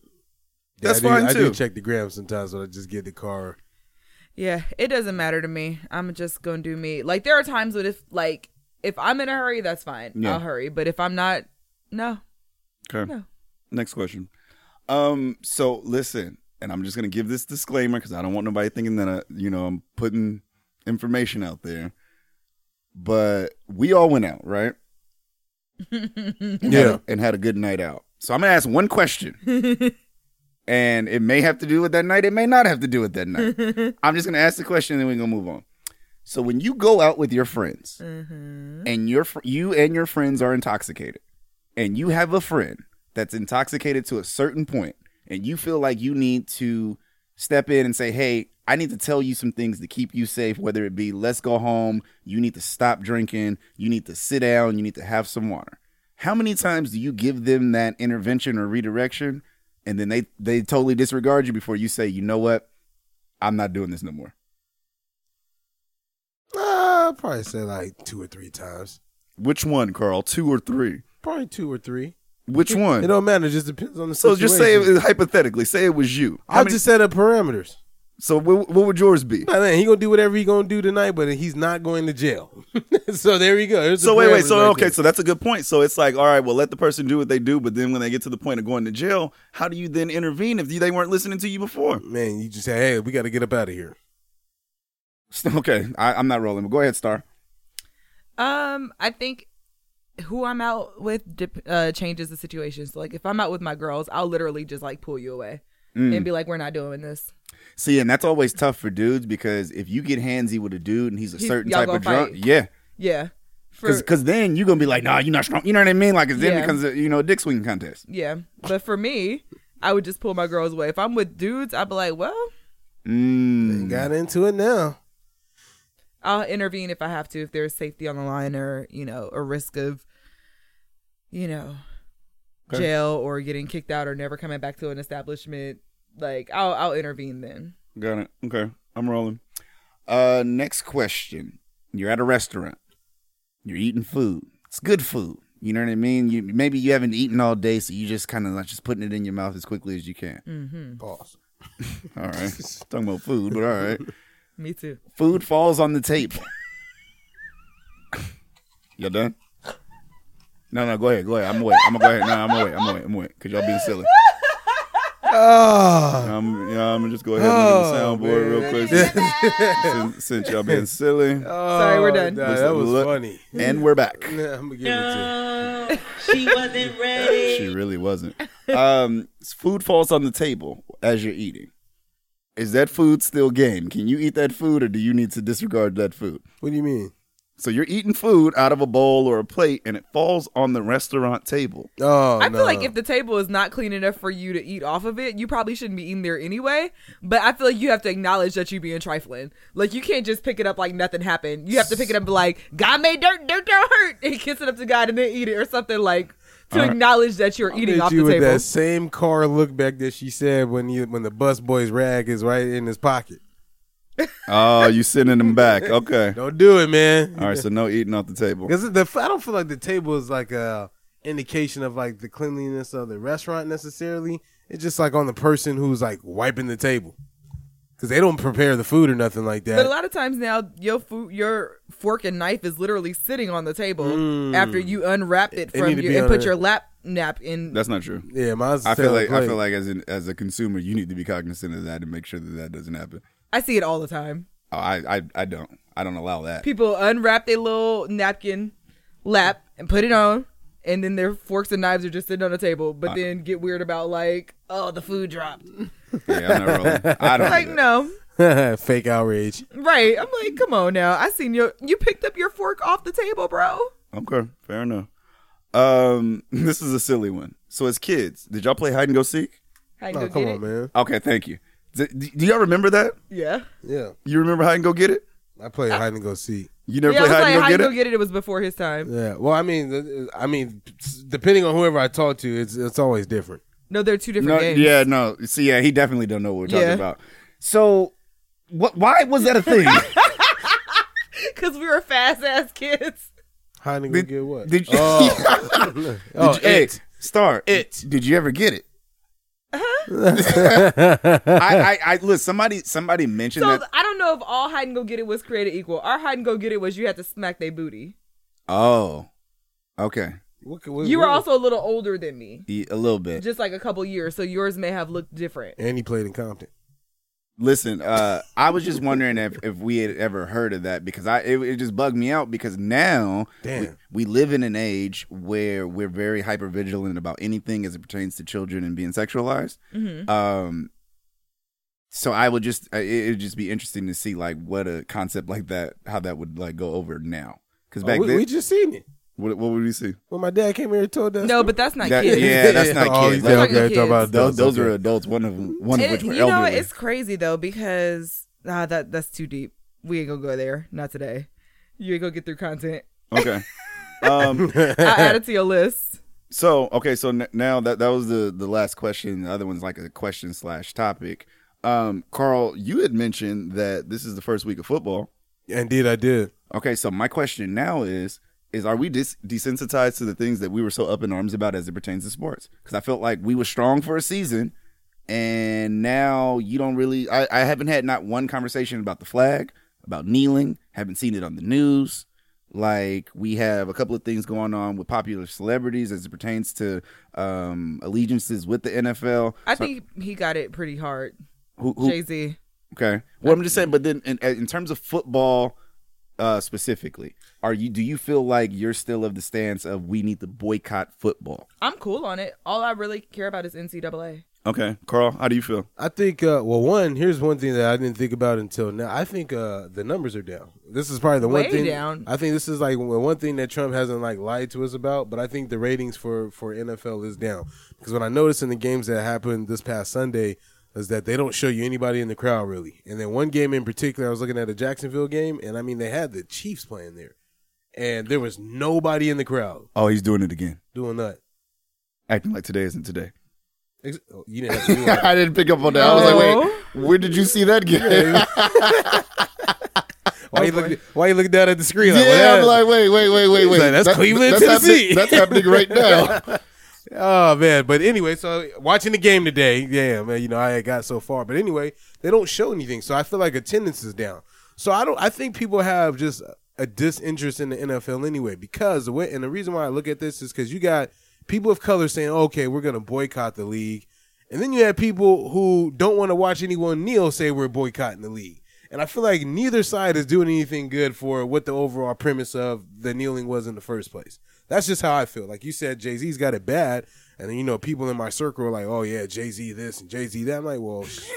A: Yeah,
B: That's
A: I do,
B: fine
A: I
B: too.
A: do check the gram sometimes when I just get in the car.
E: Yeah, it doesn't matter to me. I'm just gonna do me. Like there are times when if like if I'm in a hurry, that's fine.
B: Yeah.
E: I'll hurry. But if I'm not, no.
B: Okay.
E: No.
B: Next question. Um, so listen, and I'm just gonna give this disclaimer because I don't want nobody thinking that I, you know I'm putting information out there. But we all went out, right? And had a-
A: Yeah.
B: and had a good night out. So I'm gonna ask one question, and it may have to do with that night. It may not have to do with that night. I'm just gonna ask the question, and then we're gonna move on. So when you go out with your friends, and your fr- you and your friends are intoxicated, and you have a friend that's intoxicated to a certain point, and you feel like you need to step in and say, "Hey, I need to tell you some things to keep you safe." Whether it be, "Let's go home," you need to stop drinking, you need to sit down, you need to have some water. How many times do you give them that intervention or redirection, and then they they totally disregard you before you say, "You know what? I'm not doing this no more."
A: Uh, I'd probably say like two or three times.
B: Which one, Carl? Two or three?
A: Probably two or three.
B: Which one?
A: It don't matter. It just depends on the
B: So
A: situation.
B: just say it, hypothetically, say it was you. How
A: I'll
B: many-
A: just set up parameters.
B: so what, what would yours be?
A: Nah, man, he gonna do whatever he gonna do tonight, but he's not going to jail. so there you go. There's the
B: So wait, wait.
A: parameters
B: So
A: right
B: okay,
A: there.
B: so that's a good point. So it's like, all right, well, let the person do what they do, but then when they get to the point of going to jail, how do you then intervene if they weren't listening to you before?
A: man, you just say, hey, we got to get up out of here.
B: Okay, I, I'm not rolling. But go ahead, Star.
E: Um, I think who I'm out with dip, uh, changes the situation. So like if I'm out with my girls, I'll literally just like pull you away
B: Mm.
E: and be like, "We're not doing this."
B: See, and that's always tough for dudes because if you get handsy with a dude and he's a
E: He-
B: certain
E: y'all
B: type
E: gonna
B: of drunk,
E: fight.
B: yeah,
E: Yeah. For,
B: because then you're gonna be like, nah, you're not strong. You know what I mean? Like, 'cause then
E: Yeah.
B: it becomes a, you know a dick swinging contest.
E: yeah. But for me, I would just pull my girls away. If I'm with dudes, I'd be like, "Well,
B: Mm.
A: Got into it now.
E: I'll intervene if I have to, if there's safety on the line or, you know, a risk of, you know,
B: Okay.
E: jail or getting kicked out or never coming back to an establishment. Like I'll I'll intervene then.
B: Got it. Okay. I'm rolling. Uh next question. You're at a restaurant. You're eating food. It's good food. You know what I mean? You maybe you haven't eaten all day, so you just kind of like just putting it in your mouth as quickly as you can.
E: Mm-hmm.
A: Pause.
B: All right. Talking about food, but all right.
E: Me too.
B: Food falls on the table. y'all done? No, no, go ahead, go ahead. I'm away. I'm gonna go ahead. No, I'm away. I'm away. I'm away. Cause y'all being silly.
A: Oh,
B: I'm, you know, I'm gonna just go ahead and look at the
A: Oh,
B: soundboard real
A: man.
B: quick. since, since y'all being silly.
E: Sorry, we're done.
A: Oh, nah, that was
B: Look-
A: funny.
B: And we're back.
A: Nah, I'm gonna give it to
F: she wasn't ready.
B: She really wasn't. Um, food falls on the table as you're eating. Is that food still game? Can you eat that food, or do you need to disregard that food?
A: you. What do you mean?
B: So you're eating food out of a bowl or a plate, and it falls on the restaurant table.
A: Oh,
E: I
A: no.
E: feel like if the table is not clean enough for you to eat off of it, you probably shouldn't be eating there anyway. But I feel like you have to acknowledge that you're being trifling. Like you can't just pick it up like nothing happened. You have to pick it up and be like, God made dirt, dirt don't hurt and kiss it up to God and then eat it or something like to acknowledge that you're
A: Hit
E: eating off
A: you
E: the
A: with
E: table.
A: that same car look back that she said when you when the bus boy's rag is right in his pocket.
B: Oh, you sending them back? Okay.
A: Don't do it, man.
B: All right. So no eating off the table.
A: Because the I don't feel like the table is like a indication of like the cleanliness of the restaurant necessarily. It's just like on the person who's like wiping the table because they don't prepare the food or nothing like
E: But a
A: that.
E: lot of times now, your food, your fork and knife is literally sitting on the table after you unwrapped it
A: It
E: from
A: need to
E: your
A: be
E: and
A: on
E: put
A: a-
E: your lap nap in.
B: That's not true.
A: Yeah, mine's.
B: I feel
A: still on
B: like I
A: plate.
B: feel like as an, as a consumer, you need to be cognizant of that and make sure that that doesn't happen.
E: I see it all the time.
B: Oh, I I, I don't. I don't allow that.
E: People unwrap their little napkin lap and put it on, and then their forks and knives are just sitting on the table. But then get weird about like, oh, the food dropped.
B: Yeah, I'm not rolling. I don't.
E: Like
B: do that.
E: no,
A: fake outrage.
E: right? I'm like, come on now. I seen your you picked up your fork off the table, bro.
B: Okay, fair enough. Um, this is a silly one. So, as kids, did y'all play hide and go seek?
E: I can
A: Oh,
E: go
A: come
E: get
A: on,
E: it.
A: man.
B: Okay, thank you. D- d- do y'all remember that?
E: Yeah,
A: Yeah,
B: You remember hide and go get it?
A: I play hide and go seek.
B: You never
E: yeah. I
B: played
E: was
B: hide
E: like,
B: and
E: how
B: go
E: you
B: get
E: go
B: it?
E: get it? It was before his time.
A: Yeah. Well, I mean, th- th- I mean, depending on whoever I talk to, it's it's always different.
E: No, they're two different
B: No,
E: games.
B: yeah, no. See, yeah, he definitely don't know what we're talking
E: Yeah.
B: about. So, what? Why was that a thing?
E: because we were fast ass kids.
A: Hide and go
B: Did-
A: get what?
B: did you?
A: oh,
B: Did you- hey, Star, it. Did you ever get it? I, I, I, look, somebody, somebody mentioned
E: So
B: that.
E: I don't know if all hide and go get it was created equal. Our hide and go get it was you had to smack their booty.
B: Oh, okay,
A: What- what-
E: You were
A: what-
E: also a little older than me,
B: E- a little bit.
E: just like a couple years, so yours may have looked different.
A: and he played in Compton.
B: Listen, uh, I was just wondering if, if we had ever heard of that because I it, it just bugged me out because now we,
A: Damn.
B: we live in an age where we're very hyper vigilant about anything as it pertains to children and being sexualized.
E: Mm-hmm.
B: Um, so I would just uh, it would just be interesting to see like what a concept like that how that would like go over now because
A: Oh,
B: back
A: we,
B: then
A: we just seen it
B: what, what would we see?
A: when my dad came here and told us.
E: No, but that's not
B: That-
E: kids.
B: yeah, that's not
A: oh,
B: kids.
A: you said,
E: That's not
A: okay, talk about
E: kids.
B: Those,
A: adults,
B: those
A: okay.
B: are adults. One of them, one of
E: It-
B: which were
E: you know,
B: elderly.
E: it's crazy though because ah, that that's too deep. We ain't gonna go there. Not today. You ain't gonna get through content.
B: Okay. Um,
E: I add it to your list.
B: So okay, so n- now that that was the the last question. The other one's like a question slash topic. Um, Carl, you had mentioned that this is the first week of football.
A: Indeed, I did.
B: Okay, so my question now is is are we dis- desensitized to the things that we were so up in arms about as it pertains to sports? Because I felt like we were strong for a season, and now you don't really. I, I haven't had not one conversation about the flag, about kneeling. Haven't seen it on the news. Like we have a couple of things going on with popular celebrities as it pertains to um, allegiances with the NFL.
E: I think he got it pretty hard.
B: Who, who,
E: Jay Z.
B: Okay. Well, I'm just saying, but then in, in terms of football uh, specifically, are you do you feel like you're still of the stance of we need to boycott football?
E: I'm cool on it. All I really care about is NCAA.
B: Okay, Carl, how do you feel?
A: I think uh, well, one here's one thing that I didn't think about until now. I think uh, the numbers are down. This is probably the
E: Way
A: one thing.
E: down.
A: I think this is like one one thing that Trump hasn't like lied to us about. But I think the ratings for for NFL is down because when I noticed in the games that happened this past Sunday, is that they don't show you anybody in the crowd really. And then one game in particular, I was looking at a Jacksonville game, and I mean they had the Chiefs playing there, and there was nobody in the crowd
B: Oh, he's doing it again.
A: doing that.
B: Acting like today isn't today.
A: Ex- oh, you didn't have to do that.
B: I didn't pick up on that. I was like, wait, where did you see that game?
A: Why you looking? Why you looking down at the screen? like,
B: yeah,
A: what
B: I'm like, wait, wait, wait, wait, wait.
A: like, that's Cleveland,
B: that's
A: Tennessee.
B: Happening, that's happening right now.
A: Oh man, but anyway, so watching the game today, yeah, man, you know I had got so far, but anyway, they don't show anything, so I feel like attendance is down. So I don't, I think people have just a disinterest in the NFL anyway, because the way and the reason why I look at this is because you got people of color saying, okay, we're gonna boycott the league, and then you have people who don't want to watch anyone kneel say we're boycotting the league, and I feel like neither side is doing anything good for what the overall premise of the kneeling was in the first place. That's just how I feel. Like you said, Jay Z's got it bad, and then you know people in my circle are like, "Oh yeah, Jay Z this and Jay Z that." I'm like, "Well, sh-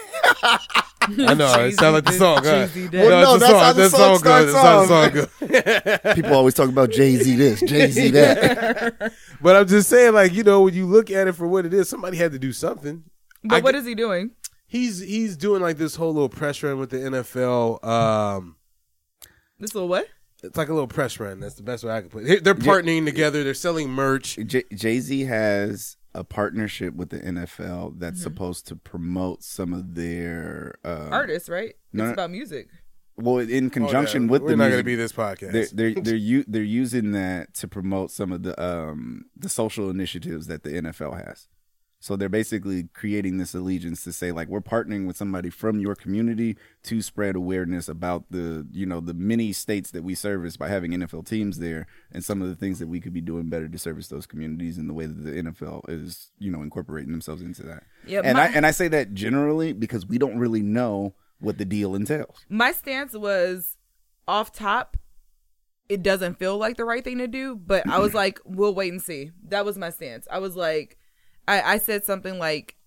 A: I know it sounds like the song." huh?
B: Well, no,
A: it's a
B: that's how the
A: That's
B: song
A: goes. That's how the song
B: starts
A: goes.
B: People always talk about Jay Z this, Jay Z that.
A: But I'm just saying, like you know, when you look at it for what it is, somebody had to do something.
E: But
A: I
E: what
A: get-
E: is he doing?
A: He's he's doing like this whole little press run with the NFL. Um,
E: This little what?
A: it's like a little press run. That's the best way I can put it. They're partnering together. They're selling merch.
B: Jay Z has a partnership with the NFL that's supposed to promote some of their uh,
E: Artist, right?
B: No,
E: it's
B: no.
E: about music.
B: Well, in conjunction
A: Oh, yeah.
B: with
A: we're
B: the
A: not
B: music,
A: going to be this podcast.
B: they're they're they're, u- they're using that to promote some of the um the social initiatives that the NFL has. So they're basically creating this allegiance to say like we're partnering with somebody from your community to spread awareness about the you know the many states that we service by having NFL teams there and some of the things that we could be doing better to service those communities and the way that the NFL is you know incorporating themselves into that.
E: Yeah,
B: and I
E: my-
B: and I say that generally because we don't really know what the deal entails.
E: My stance was off top. It doesn't feel like the right thing to do, but I was like, we'll wait and see. That was my stance. I was like, I, I said something like,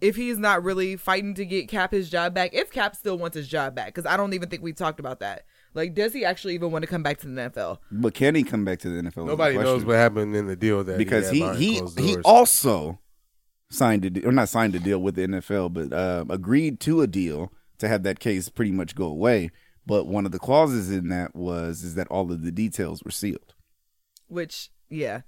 E: if he's not really fighting to get Cap his job back, if Cap still wants his job back, because I don't even think we talked about that. Like, does he actually even want to come back to the NFL?
B: But can he come back to the NFL? is the
A: Nobody knows
B: question.
A: what happened in the deal that
B: because
A: he,
B: he
A: had behind
B: he
A: closed
B: he
A: doors.
B: also signed a deal, or not signed a deal with the NFL, but uh, agreed to a deal to have that case pretty much go away. But one of the clauses in that was is that all of the details were sealed.
E: Which, yeah,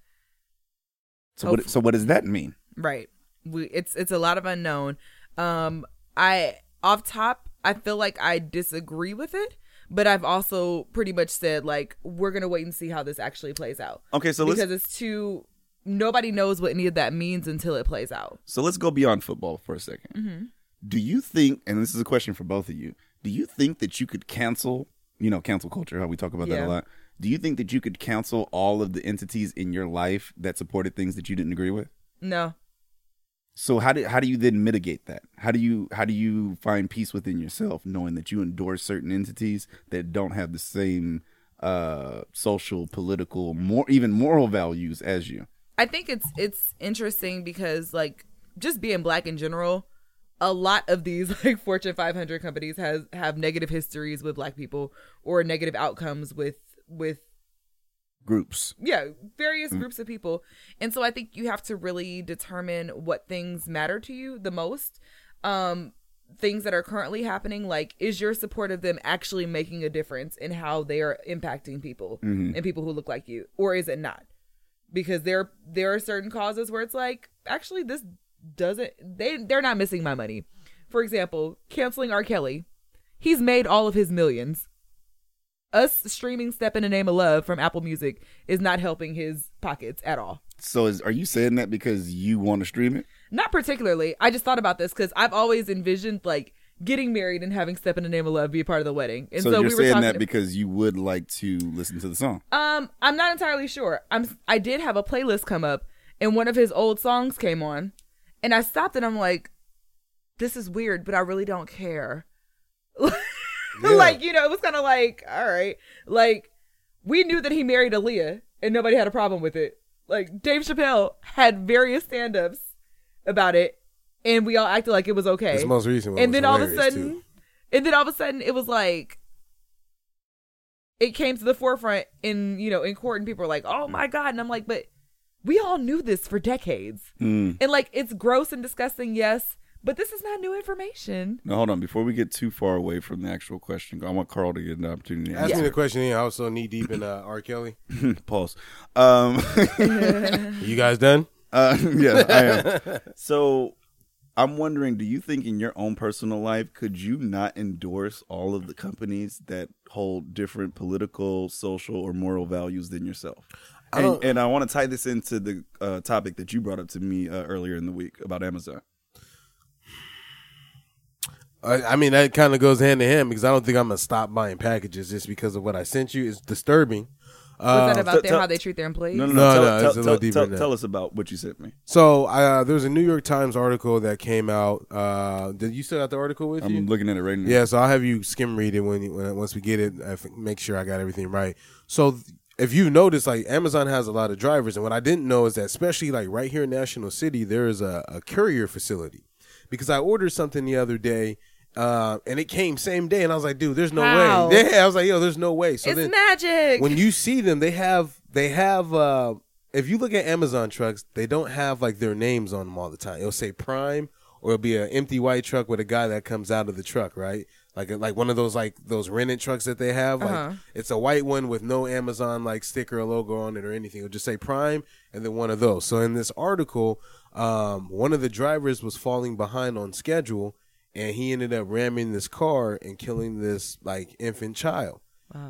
B: So what,
E: Hopefully.
B: so what does that mean?
E: Right. We it's it's a lot of unknown. Um I off top, I feel like I disagree with it, but I've also pretty much said like we're going to wait and see how this actually plays out.
B: Okay, so
E: because it's too nobody knows what any of that means until it plays out.
B: So let's go beyond football for a 2nd
E: Mm-hmm.
B: Do you think, and this is a question for both of you, do you think that you could cancel, you know, cancel culture, how we talk about that
E: Yeah.
B: a lot? Do you think that you could cancel all of the entities in your life that supported things that you didn't agree with?
E: No.
B: So how do how do you then mitigate that? How do you how do you find peace within yourself, knowing that you endorse certain entities that don't have the same uh, social, political, more even moral values as you?
E: I think it's it's interesting because like just being black in general, a lot of these like Fortune 500 companies has have negative histories with black people or negative outcomes with with
B: Groups.
E: yeah various groups of people and so i think you have to really determine what things matter to you the most um things that are currently happening like is your support of them actually making a difference in how they are impacting people and people who look like you or is it not because there there are certain causes where it's like actually this doesn't they they're not missing my money for example canceling r kelly he's made all of his millions us streaming step in the name of love from apple music is not helping his pockets at all
B: So is are you saying that because you want to stream it?
E: not particularly i just thought about this because i've always envisioned like getting married and having step in the name of love be a part of the wedding and
B: so,
E: so,
B: you're
E: we were
B: saying
E: talking
B: that because you would like to listen to the song.
E: um i'm not entirely sure i'm i did have a playlist come up and one of his old songs came on and i stopped and i'm like this is weird but i really don't care like you know it was kind of like all right like we knew that he married Aaliyah and nobody had a problem with it. Like Dave Chappelle had various stand-ups about it, and we all acted like it was okay.
A: This most recent one
E: and
A: was
E: then all of a
A: hilarious,
E: sudden,
A: too.
E: and then all of a sudden, it was like it came to the forefront in you know in court, and people were like, "Oh my god!" And I'm like, "But we all knew this for decades."
B: Mm.
E: And like it's gross and disgusting, yes, But this is not new information.
B: Now, hold on. Before we get too far away from the actual question, I want Carl to get an opportunity to
A: Ask
B: answer.
A: me the question. Here. I was so knee deep in uh, R. Kelly.
B: Pause. Um,
A: You guys done?
B: uh, yeah, I am. So I'm wondering, do you think in your own personal life, could you not endorse all of the companies that hold different political, social, or moral values than yourself?
A: I
B: and,
A: don't-
B: and I want to tie this into the uh, topic that you brought up to me uh, earlier in the week about Amazon.
A: I, I mean, that kind of goes hand in hand because I don't think I'm gonna stop buying packages just because of what I sent you. It's disturbing.
E: What's
A: Uh,
E: that about
B: t-
E: their,
B: t-
E: how they treat their employees?
B: No, no, no.
A: No,
B: tell,
A: no,
B: tell,
A: it's a little
B: tell,
A: deeper
B: tell,
A: than that.
B: tell us about what you sent me.
A: so uh, there's a New York Times article that came out. Uh, did you still got the article with you?
B: I'm looking at it right now.
A: Yeah, so I'll have you skim read it when, you- when once we get it. I f- make sure I got everything right. So th- if you notice, like Amazon has a lot of drivers, and what I didn't know is that especially like right here in National City, there is a, a courier facility because I ordered something the other day. Uh, and it came same day, and I was like, "Dude, there's no
E: Wow.
A: way." Yeah, I was like, "Yo, there's no way." So
E: it's
A: then,
E: magic.
A: when you see them, they have they have. Uh, if you look at Amazon trucks, they don't have like their names on them all the time. It'll say Prime, or it'll be an empty white truck with a guy that comes out of the truck, right? Like like one of those like those rented trucks that they have. Like it's a white one with no Amazon like sticker or logo on it or anything. It'll just say Prime, and then one of those. So in this article, um, one of the drivers was falling behind on schedule. And he ended up ramming this car and killing this like infant child.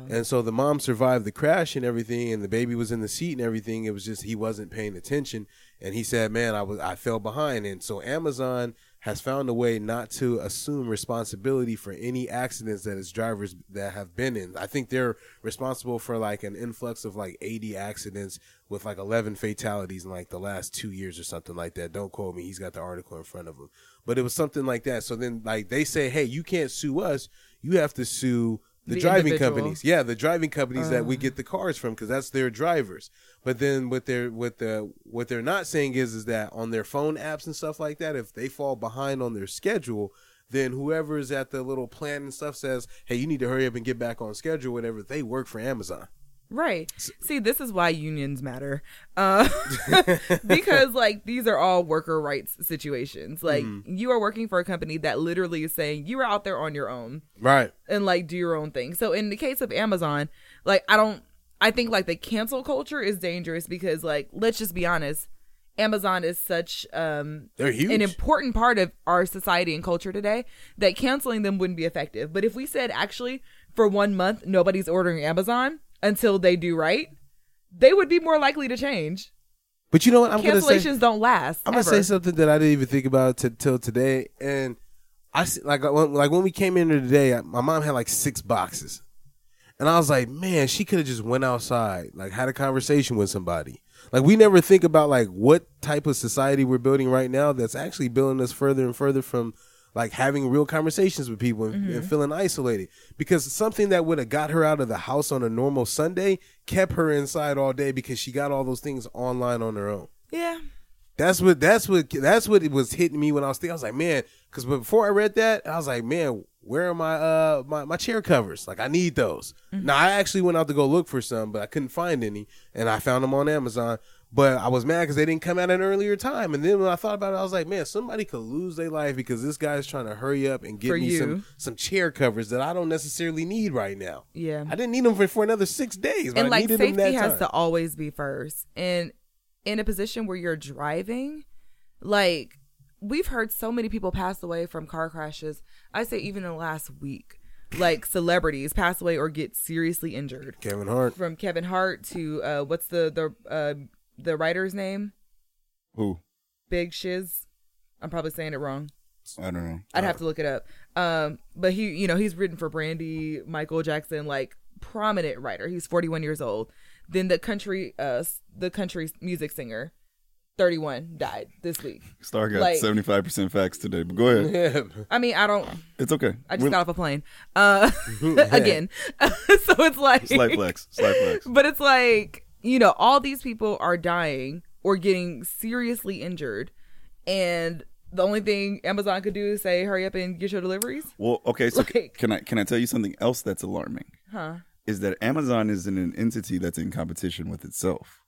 A: And so the mom survived the crash and everything, and the baby was in the seat and everything. It was just he wasn't paying attention, and he said, "Man, I was I fell behind." And so Amazon has found a way not to assume responsibility for any accidents that its drivers that have been in. I think they're responsible for like an influx of like 80 accidents with like 11 fatalities in like the last 2 years or something like that. Don't quote me. He's got the article in front of him. But it was something like that. So then like they say, "Hey, you can't sue us. You have to sue the,
E: The
A: driving
E: individual. Ah.
A: companies." Yeah, the driving companies that we get the cars from because that's their drivers. But then what they're what the what they're not saying is is that on their phone apps and stuff like that, if they fall behind on their schedule, then whoever is at the little plan and stuff says, "Hey, you need to hurry up and get back on schedule." Whatever they work for Amazon.
E: Right. See, this is why unions matter. Uh, because, like, these are all worker rights situations. Like,
A: Mm-hmm.
E: you are working for a company that literally is saying you are out there on your own
A: Right.
E: and, like, do your own thing. So, in the case of Amazon, like, I don't, I think, like, the cancel culture is dangerous because, like, let's just be honest. Amazon is such um,
A: They're huge.
E: an important part of our society and culture today that canceling them wouldn't be effective. But if we said actually for one month nobody's ordering Amazon until they do right, they would be more likely to change.
A: but you know what? I'm gonna say.
E: Cancellations don't last.
A: I'm gonna
E: ever.
A: say something that I didn't even think about t- till today, and I s- like uh, when, like when we came in here today, I- my mom had like six boxes, and I was like, man, she could have just went outside, like had a conversation with somebody. Like we never think about like what type of society we're building right now that's actually building us further and further from like having real conversations with people and, and feeling isolated because something that would have got her out of the house on a normal Sunday kept her inside all day because she got all those things online on her own.
E: Yeah.
A: That's what that's what that's what it was hitting me when I was thinking. I was like, man, because before I read that, I was like, man, where are my uh my, my chair covers? Like, I need those.
E: Mm-hmm.
A: Now I actually went out to go look for some, but I couldn't find any, and I found them on Amazon. But I was mad because they didn't come at an earlier time. And then when I thought about it, I was like, man, somebody could lose their life because this guy's trying to hurry up and get
E: For
A: me
E: you.
A: some some chair covers that I don't necessarily need right now.
E: Yeah.
A: I didn't need them for, for another six days, but
E: and
A: I
E: like
A: needed them
E: safety
A: that
E: has
A: time.
E: to always be first and in a position where you're driving like we've heard so many people pass away from car crashes i say even in the last week like celebrities pass away or get seriously injured
A: Kevin Hart.
E: from kevin hart to uh what's the the uh the writer's name
B: Who?
E: big shiz i'm probably saying it wrong
B: I don't know.
E: I'd have to look it up. Um, but he, you know, he's written for Brandy, Michael Jackson, like prominent writer. He's 41 years old. Then the country, uh, s- the country music singer, 31, died this week.
B: Star got
E: Like-
B: 75% facts today, but go ahead.
E: I mean, I don't.
B: It's okay.
E: I just
B: We're-
E: got off a plane. Uh, again, so it's like,
B: Slight flex. Slight flex.
E: but it's like you know, all these people are dying or getting seriously injured, and the only thing Amazon could do is say, "Hurry up and get your deliveries."
B: Well, okay. So c-
E: Like-
B: can I can I tell you something else that's alarming?
E: Huh.
B: Is that Amazon is an entity that's in competition with itself.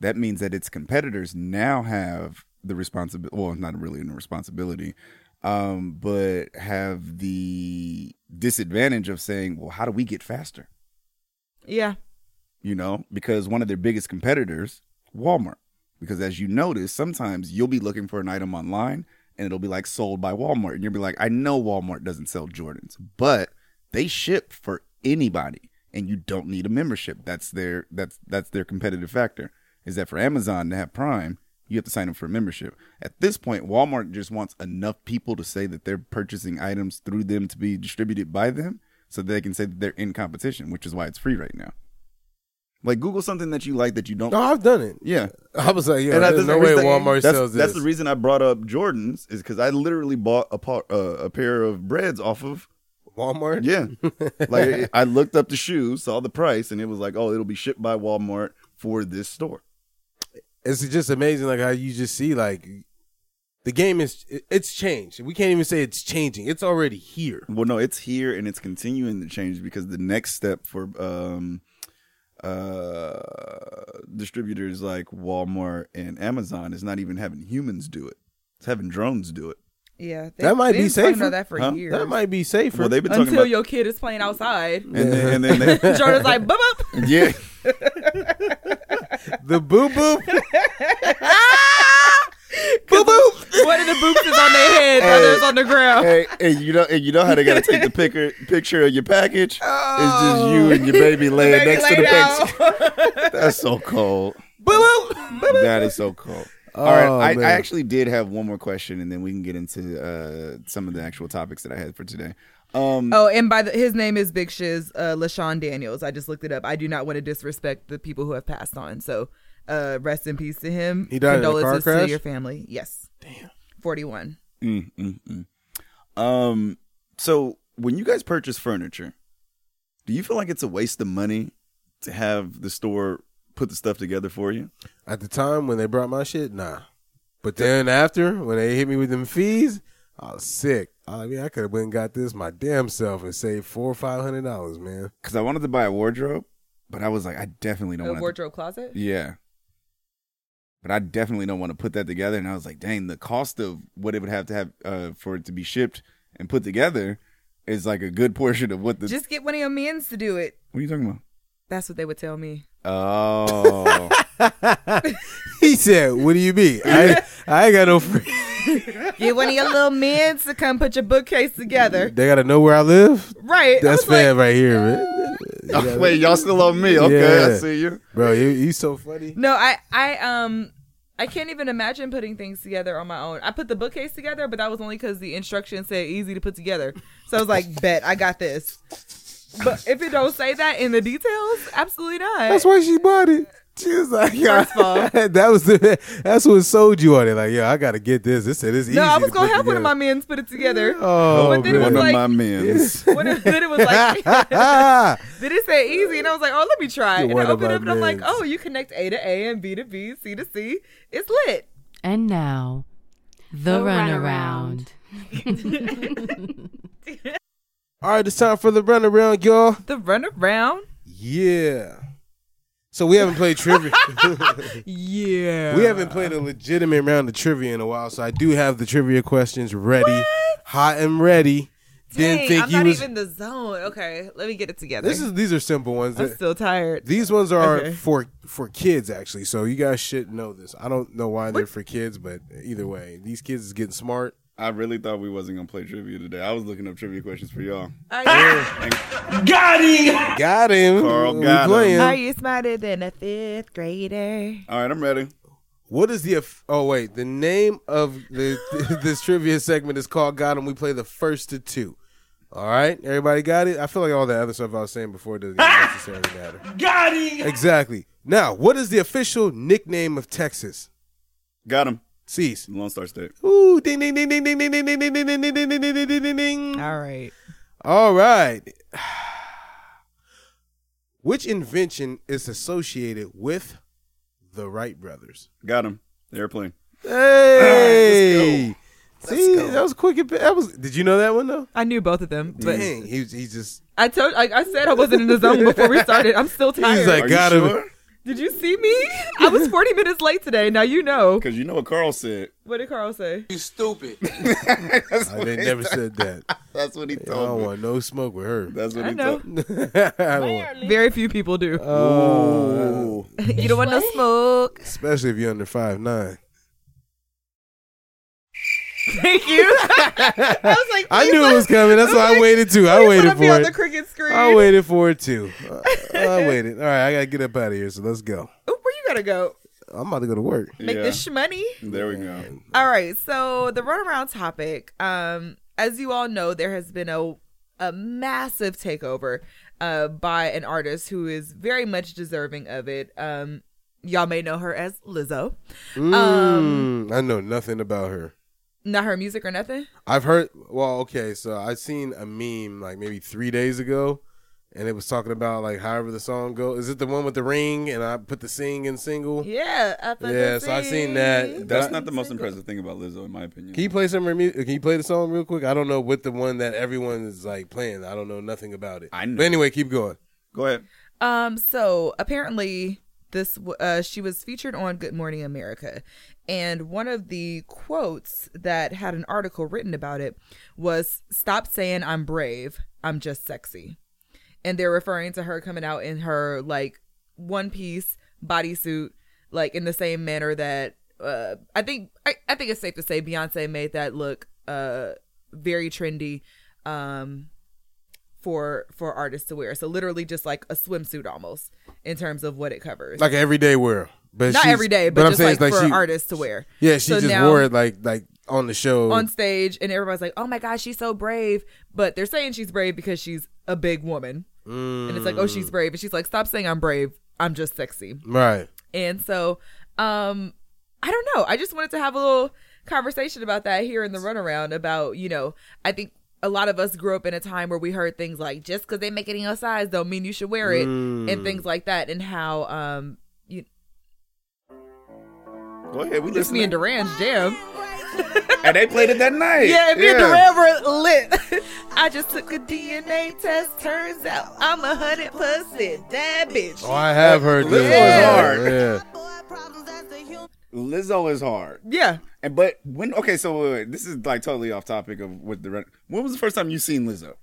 B: That means that its competitors now have the responsibility. Well, not really a responsibility. um, but have the disadvantage of saying, well, how do we get faster?
E: Yeah.
B: You know, because one of their biggest competitors, Walmart. Because as you notice, sometimes you'll be looking for an item online and it'll be like sold by Walmart. And you'll be like, I know Walmart doesn't sell Jordans, but they ship for anybody and you don't need a membership. That's their that's that's their competitive factor. Is that for Amazon to have Prime, you have to sign up for a membership. At this point, Walmart just wants enough people to say that they're purchasing items through them to be distributed by them so they can say that they're in competition, which is why it's free right now. Like Google something that you like that you don't
A: No, I've done it.
B: Yeah.
A: I was like, yeah,
B: I-
A: there's
B: that's
A: no
B: the
A: way
B: reason-
A: Walmart
B: that's,
A: sells
B: That's
A: this.
B: the reason I brought up Jordans is because I literally bought a par, uh, a pair of breads off of
A: Walmart.
B: yeah. like it- I looked up the shoes, saw the price, and it was like, oh, it'll be shipped by Walmart for this store.
A: it's just amazing like how you just see like the game is it- it's changed we can't even say it's changing it's already here
B: Well, no, it's here and it's continuing to change because the next step for um, uh, distributors like Walmart and Amazon is not even having humans do it; it's having drones do it.
E: Yeah.
A: That might be
E: been talking
A: safer.
E: about that for
B: Huh?
E: years.
A: that might be safer
B: Well, they've been talking
E: Until
B: about
E: your kid is playing outside.
B: and then, and then they,
E: Jordan's like, boop, boop.
B: yeah.
A: the boo boo
E: Boop, boop. One of the boops is on their head, the other is on the ground.
B: hey, and you know, and you know how they gotta take the picture picture of your package. It's just you and your baby laying next to the
E: Laid
B: picture.
E: out.
B: That's so cold.
E: boop, boop.
B: That is so cold. All right,
A: Oh,
B: I,
A: man.
B: I actually did have one more question, and then we can get into uh, some of the actual topics that I had for today. Um,
E: Oh, and by the, his name is Big Shiz, uh, LaShawn Daniels. I just looked it up. I do not want to disrespect the people who have passed on. So uh, rest in peace to him.
A: He died in a car
E: Condolences
A: crash?
E: to your family. Yes. Damn. 41.
B: mm, mm, mm. um, so when you guys purchase furniture, do you feel like it's a waste of money to have the store put the stuff together for you?
A: at the time when they brought my shit nah but then after when they hit me with them fees i was sick i mean i could have went and got this my damn self and saved four or five hundred dollars man
B: Because I wanted to buy a wardrobe, but I was like, I definitely don't
E: A
B: want to
E: wardrobe closet?
B: Yeah. But I definitely don't want to put that together. And I was like, dang, the cost of what it would have to have uh, for it to be shipped and put together is like a good portion of what the.
E: Just get one of your men's to do it.
B: what are you talking about?
E: That's what they would tell me.
B: Oh.
A: he said what do you mean i i ain't got no free
E: Get one of your little men's to come put your bookcase together.
A: they gotta know where i live
E: Right. I
A: that's
E: was like,
A: fab right here man
B: Oh, Wait, y'all still on me? Okay, I
A: Yeah.
B: see you.
A: bro you, you so funny
E: No, I, I, um, I can't even imagine putting things together on my own. I put the bookcase together, but that was only because the instructions said easy to put together. So I was like, bet I got this. But if it don't say that in the details, absolutely not.
A: That's why she bought it. She was like, yeah,
E: First of all-
A: that was the that's what sold you on it. Like, yeah, I gotta get this. This it is easy.
E: no, I was
A: to
E: gonna
A: put
E: have one of my
A: together.
E: men's put it together.
A: Oh,
E: But then it
B: One
E: was
B: of
E: like-
B: my men's.
E: What if then it was like,
A: ah,
E: did it say easy? And I was like, oh, let me try.
A: You're
E: And I
A: one of
E: opened
A: my
E: up and I'm like,
A: mans.
E: oh, you connect A to A and B to B, C to C. It's lit.
G: And now, the, runaround.
A: all right, it's time for the runaround, y'all.
E: The runaround.
A: Yeah. So we haven't played trivia.
E: Yeah.
A: we haven't played a legitimate round of trivia in a while, so I do have the trivia questions ready, hot and ready. Didn't
E: Dang,
A: think
E: I'm
A: you
E: not
A: was.
E: even the zone. Okay, let me get it together.
A: this is these are simple ones.
E: I'm
A: That-
E: still tired.
A: These ones are
E: Okay.
A: for for kids actually, so you guys should know this. I don't know why they're for kids, but either way, these kids is getting smart.
B: I really thought we wasn't going to play trivia today. I was looking up trivia questions for y'all.
E: Are
A: Got him.
B: Carl
A: We
B: got him.
A: playing.
E: you, are you smarter than a fifth grader?
B: All right, I'm ready.
A: What is the aff- oh wait the name of the this trivia segment is called Got him. We play the first to two. All right, everybody got it. I feel like all that other stuff I was saying before doesn't even necessarily matter. Got him. Exactly. Now, what is the official nickname of Texas?
B: Got him.
A: Cease.
B: Lone Star State.
A: Ooh, ding ding ding ding ding ding ding ding ding ding ding ding ding ding ding ding ding.
E: All right.
A: All right. Which invention is associated with the Wright brothers?
B: Got him. The airplane.
A: Hey, see that was quick. and- That was. Did you know that one though?
E: I knew both of them, but
A: Dang, he he just
E: I told, like I said, I wasn't in the zone before we started. I'm still tired.
A: he's like
B: Are
A: got
B: you
A: him.
B: sure?
E: Did you see me? I was 40 minutes late today. Now you know.
B: Because you know what Carl said.
E: What did Carl say?
B: That's
A: I
B: what
A: ain't
B: he-
A: never said that.
B: That's what he
A: I don't
B: told me.
A: want no smoke with her.
B: That's what
E: I
B: he
E: know.
B: told
A: I don't want, uh,
E: Very few people do. Oh,
B: Ooh.
C: You don't want no smoke.
A: especially if you're under five nine.
E: Thank you. I was like,
A: I
E: please
A: knew
E: let-
A: it was coming. That's why I waited too. I
E: please
A: waited
E: let it be
A: for
E: on the
A: it.
E: cricket screen.
A: I waited for it too. I, I waited. All right, I gotta get up out of here. So let's go.
E: Ooh, Oh, where you gotta go?
A: I'm about to go to work.
E: Make
B: Yeah.
E: this shmoney.
B: There we go.
E: All right, so the runaround topic. Um, as you all know, there has been a a massive takeover uh, by an artist who is very much deserving of it. Um, y'all may know her as Lizzo. Um,
A: Mm, I know nothing about her.
E: Not her music or nothing.
A: I've heard. Well, okay, so I seen a meme like maybe three days ago, and it was talking about like however the song goes. Is it the one with the ring? And I put the sing in single.
E: Yeah. I fucking
A: Yeah, so I
E: see.
A: seen that.
B: That's not the most impressive thing about Lizzo, in my opinion.
A: Can you play some of her music? Can you play the song real quick? I don't know what the one that everyone is like playing. I don't know nothing about it.
B: I know.
A: But anyway, keep going.
B: Go ahead.
E: Um. So apparently, this w- uh, she was featured on Good Morning America, and one of the quotes that had an article written about it was "Stop saying I'm brave. I'm just sexy," and they're referring to her coming out in her like one piece bodysuit, like in the same manner that uh, I think I, I think it's safe to say Beyonce made that look uh very trendy. Um, for for artists to wear. So literally just like a swimsuit almost in terms of what it covers.
A: Like everyday wear, but
E: Not
A: she's-
E: every day, but, just like,
A: it's
E: for
A: she,
E: artists to wear.
A: Yeah, she
E: So
A: just
E: now-
A: wore it like like on the show.
E: On stage and everybody's like, "Oh my gosh, she's so brave." But they're saying she's brave because she's a big woman. And it's like,
A: Mm,
E: "Oh, she's brave." And she's like, "Stop saying I'm brave. I'm just sexy."
A: right.
E: And so um I don't know. I just wanted to have a little conversation about that here in the runaround about, you know, I think a lot of us grew up in a time where we heard things like just because they make it in your size don't mean you should wear it
A: Mm.
E: and things like that and how um you,
B: Go ahead. We
E: just
B: listening.
E: me and Duran's jam.
B: and they played it that night.
E: Yeah, me and Duran were lit. I just took a DNA test. Turns out I'm a hundred percent that bitch.
A: Oh, I have heard
B: Lizzo
A: this.
B: is
A: Yeah.
B: hard.
A: Yeah.
B: Lizzo is hard.
E: Yeah,
B: And but when okay, so wait, wait, this is like totally off topic of what the run. When was the first time you seen Lizzo?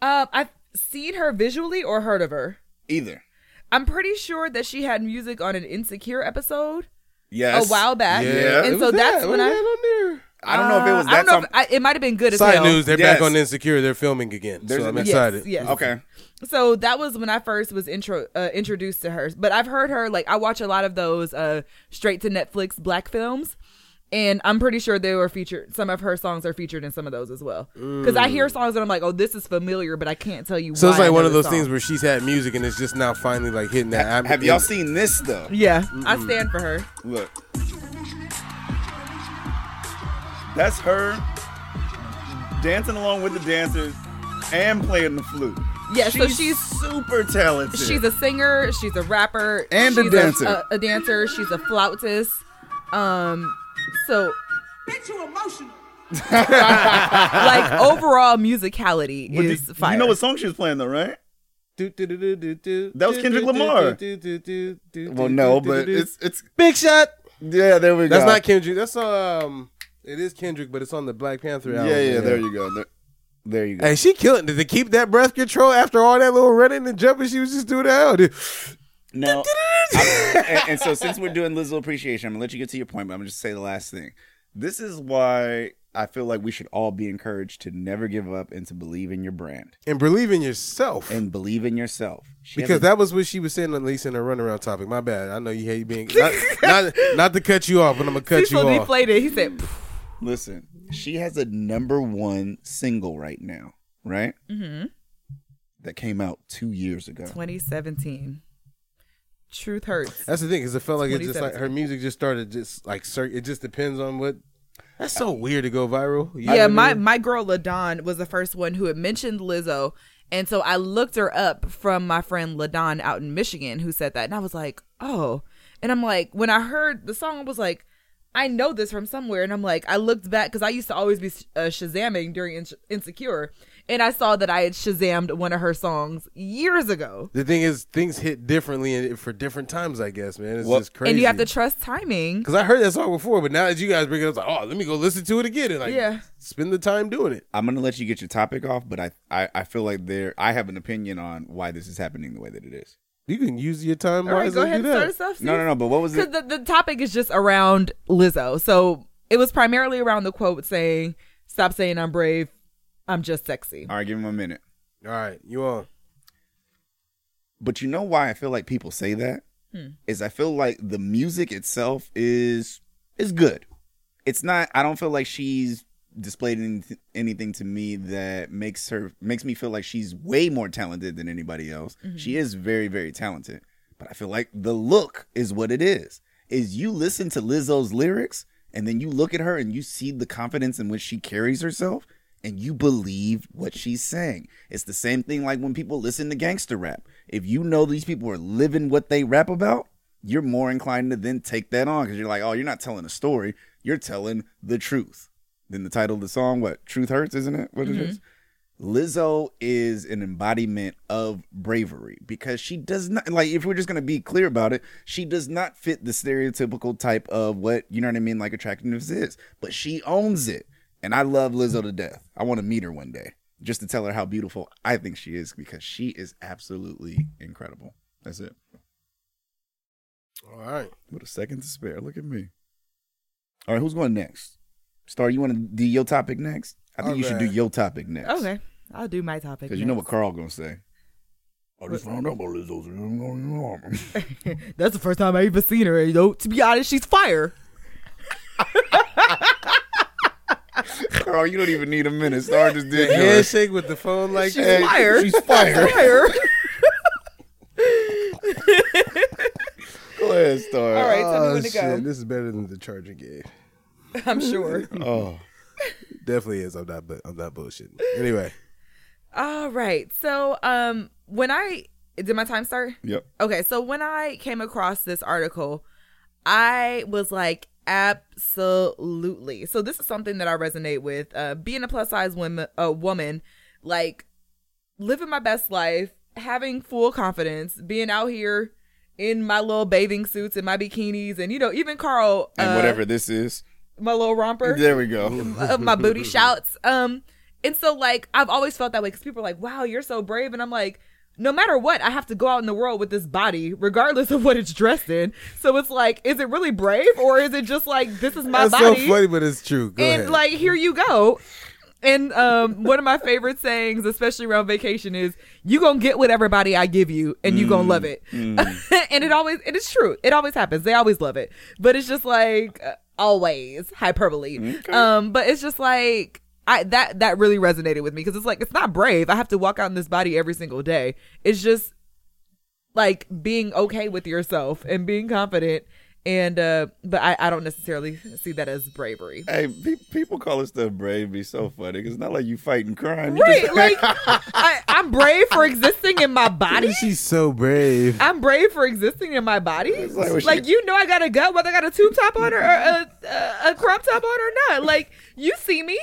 E: um, I've seen her visually or heard of her.
B: Either.
E: I'm pretty sure that she had music on an Insecure episode
B: Yes.
E: a while back.
B: Yeah.
E: And
A: It
E: so
A: was
E: that's
A: that.
E: when
A: What
E: I. Uh,
A: was that on there?
B: I don't know if it was
E: I
B: that
E: don't know
B: time.
E: if I, it might have been good as
A: Side
E: hell.
A: news: They're
B: Yes.
A: back on Insecure. They're filming again,
B: There's
A: so I'm
B: an-
A: excited.
E: Yes, yes.
B: okay.
E: So that was when I first was intro uh, introduced to her. But I've heard her like I watch a lot of those uh straight to Netflix black films. And I'm pretty sure they were featured. Some of her songs are featured in some of those as well. Because I hear songs and I'm like, oh, this is familiar, but I can't tell you.
A: Mm. So it's
E: why I
A: like one
E: know
A: of
E: this
A: those things
E: song.
A: where she's had music and it's just now finally like hitting that. I'm-
B: Have y'all seen this though?
E: yeah, I stand for her.
B: Look. That's her dancing along with the dancers and playing the flute.
E: Yeah,
B: she's
E: so she's
B: super talented.
E: she's a singer, she's a rapper,
B: And a
E: she's
B: dancer.
E: a, a dancer. She's a flautist. Um, so like overall musicality
B: But do-
E: is fire.
B: You know what song she was playing though, right?
A: That
B: That was Kendrick Lamar. Well, no, but it's it's
A: Big Shot.
B: yeah. There we
A: That's
B: go.
A: not Kendrick. That's um, it is Kendrick, but it's on the Black Panther
B: Yeah,
A: album.
B: yeah. There you go. There, there you go.
A: Hey, she killing. Did they keep that breath control after all that little running and jumping she was just doing? Out?
B: No. I'm- and, and so since we're doing Lizzo appreciation, I'm gonna let you get to your point, but I'm gonna just say the last thing. This is why I feel like we should all be encouraged to never give up and to believe in your brand
A: And believe in yourself.
B: and believe in yourself. She
A: because
B: has a-
A: that was what she was saying, at least in her runaround topic. My bad. I know you hate being not, not, not to cut you off, but I'm gonna cut
E: He's
A: you
E: so
A: off.
E: deflated. He said, "Pff,
B: listen, she has a number one single right now, right? Mm-hmm. That came out two years ago.
E: 2017. Truth hurts.
A: That's the thing, because it felt like it just like
E: 2017.
A: her music just started just like cir- it just depends on what. That's so weird to go viral. You know what
E: Yeah,
A: I
E: my,
A: mean?
E: my girl LaDon was the first one who had mentioned Lizzo. And so I looked her up from my friend LaDon out in Michigan who said that. And I was like, oh. And I'm like, when I heard the song, I was like, I know this from somewhere. And I'm like, I looked back because I used to always be uh, Shazamming during Ins- Insecure. and I saw that I had Shazammed one of her songs years ago.
A: The thing is, things hit differently and for different times, I guess, man. It's
B: Well-
A: just crazy.
E: And you have to trust timing.
A: Because I heard that song before, but now that you guys bring it up, it's like, oh, let me go listen to it again and like
E: Yeah.
A: spend the time doing it.
B: I'm gonna let you get your topic off, but I, I, I feel like there I have an opinion on why this is happening the way that it is.
A: You can use your time
E: All right,
A: wisely.
E: go ahead and
A: do
E: start
A: that.
E: us off.
B: No, no, no. But what was it?
E: Because the, the topic is just around Lizzo. So it was primarily around the quote saying, Stop saying I'm brave, I'm just sexy.
B: All right, give him a minute.
A: All right, you on?
B: But you know why I feel like people say that is I feel like the music itself is is good. It's not. I don't feel like she's displayed anyth- anything to me that makes her makes me feel like she's way more talented than anybody else. She is very very talented, but I feel like the look is what it is. Is you listen to Lizzo's lyrics and then you look at her and you see the confidence in which she carries herself and you believe what she's saying. It's the same thing like when people listen to gangster rap. If you know these people are living what they rap about, you're more inclined to then take that on because you're like, oh, you're not telling a story, you're telling the truth. Then the title of the song, what? Truth Hurts, isn't it? What it is? Lizzo is an embodiment of bravery because she does not like if we're just gonna be clear about it, she does not fit the stereotypical type of what you know what I mean, like attractiveness is. But she owns it. And I love Lizzo to death. I want to meet her one day just to tell her how beautiful I think she is because she is absolutely incredible. That's it.
A: All right.
B: With a second to spare. Look at me. All right, who's going next? Star, you want to do your topic next? I think
A: All
B: you should do
A: right.
B: your topic next.
E: Okay, I'll do my topic.
B: Because you know what
E: next.
B: Carl gonna say. I just found out about Lizzo. so I'm gonna ignore him.
E: That's the first time I even seen her. You know, to be honest, she's fire.
B: Carl, you don't even need a minute. Star just did yours.
A: Handshake with the phone like
B: She's
A: that.
E: fire.
A: She's fire.
E: Fire.
B: Go ahead, Star.
E: All right, tell me
A: Oh,
E: when to
A: shit.
E: go.
A: This is better than the Charger game.
E: I'm sure.
B: Oh,
A: Definitely is. I'm not. bu- I'm not bullshitting. Anyway,
E: All right. So, um, when I did my time start?
B: yep.
E: Okay, so when I came across this article, I was like, absolutely. So this is something that I resonate with. Uh, being a plus size woman, a woman, like living my best life, having full confidence, being out here in my little bathing suits and my bikinis, and you know, even Carl,
B: And
E: uh,
B: whatever this is,
E: my little romper
B: there we go.
E: of my booty shouts. Um, and so like I've always felt that way because people are like, "Wow, you're so brave," and I'm like, no matter what, I have to go out in the world with this body, regardless of what it's dressed in. So it's like, is it really brave or is it just like this is my
A: that's
E: body?
A: so funny, but it's true. Go
E: and
A: ahead.
E: like here you go. And um, one of my favorite sayings, especially around vacation, is "You gonna get whatever body I give you, and you gonna
A: Mm,
E: love it." and it always, it is true. It always happens. They always love it, but it's just like uh, always hyperbole. Um, but it's just like I that that really resonated with me because it's like it's not brave. I have to walk out in this body every single day. It's just like being okay with yourself and being confident. And uh, but I, I don't necessarily see that as bravery.
B: hey, pe- people call us stuff brave. Be so funny. 'cause it's not like you fighting crime. You
E: Right,
B: just-
E: like I, I'm brave for existing in my body.
A: she's so brave.
E: I'm brave for existing in my body.
B: like
E: Like,
B: when she-
E: you know, I got a gut, whether I got a tube top on or a, a, a crop top on or not. Like you see me,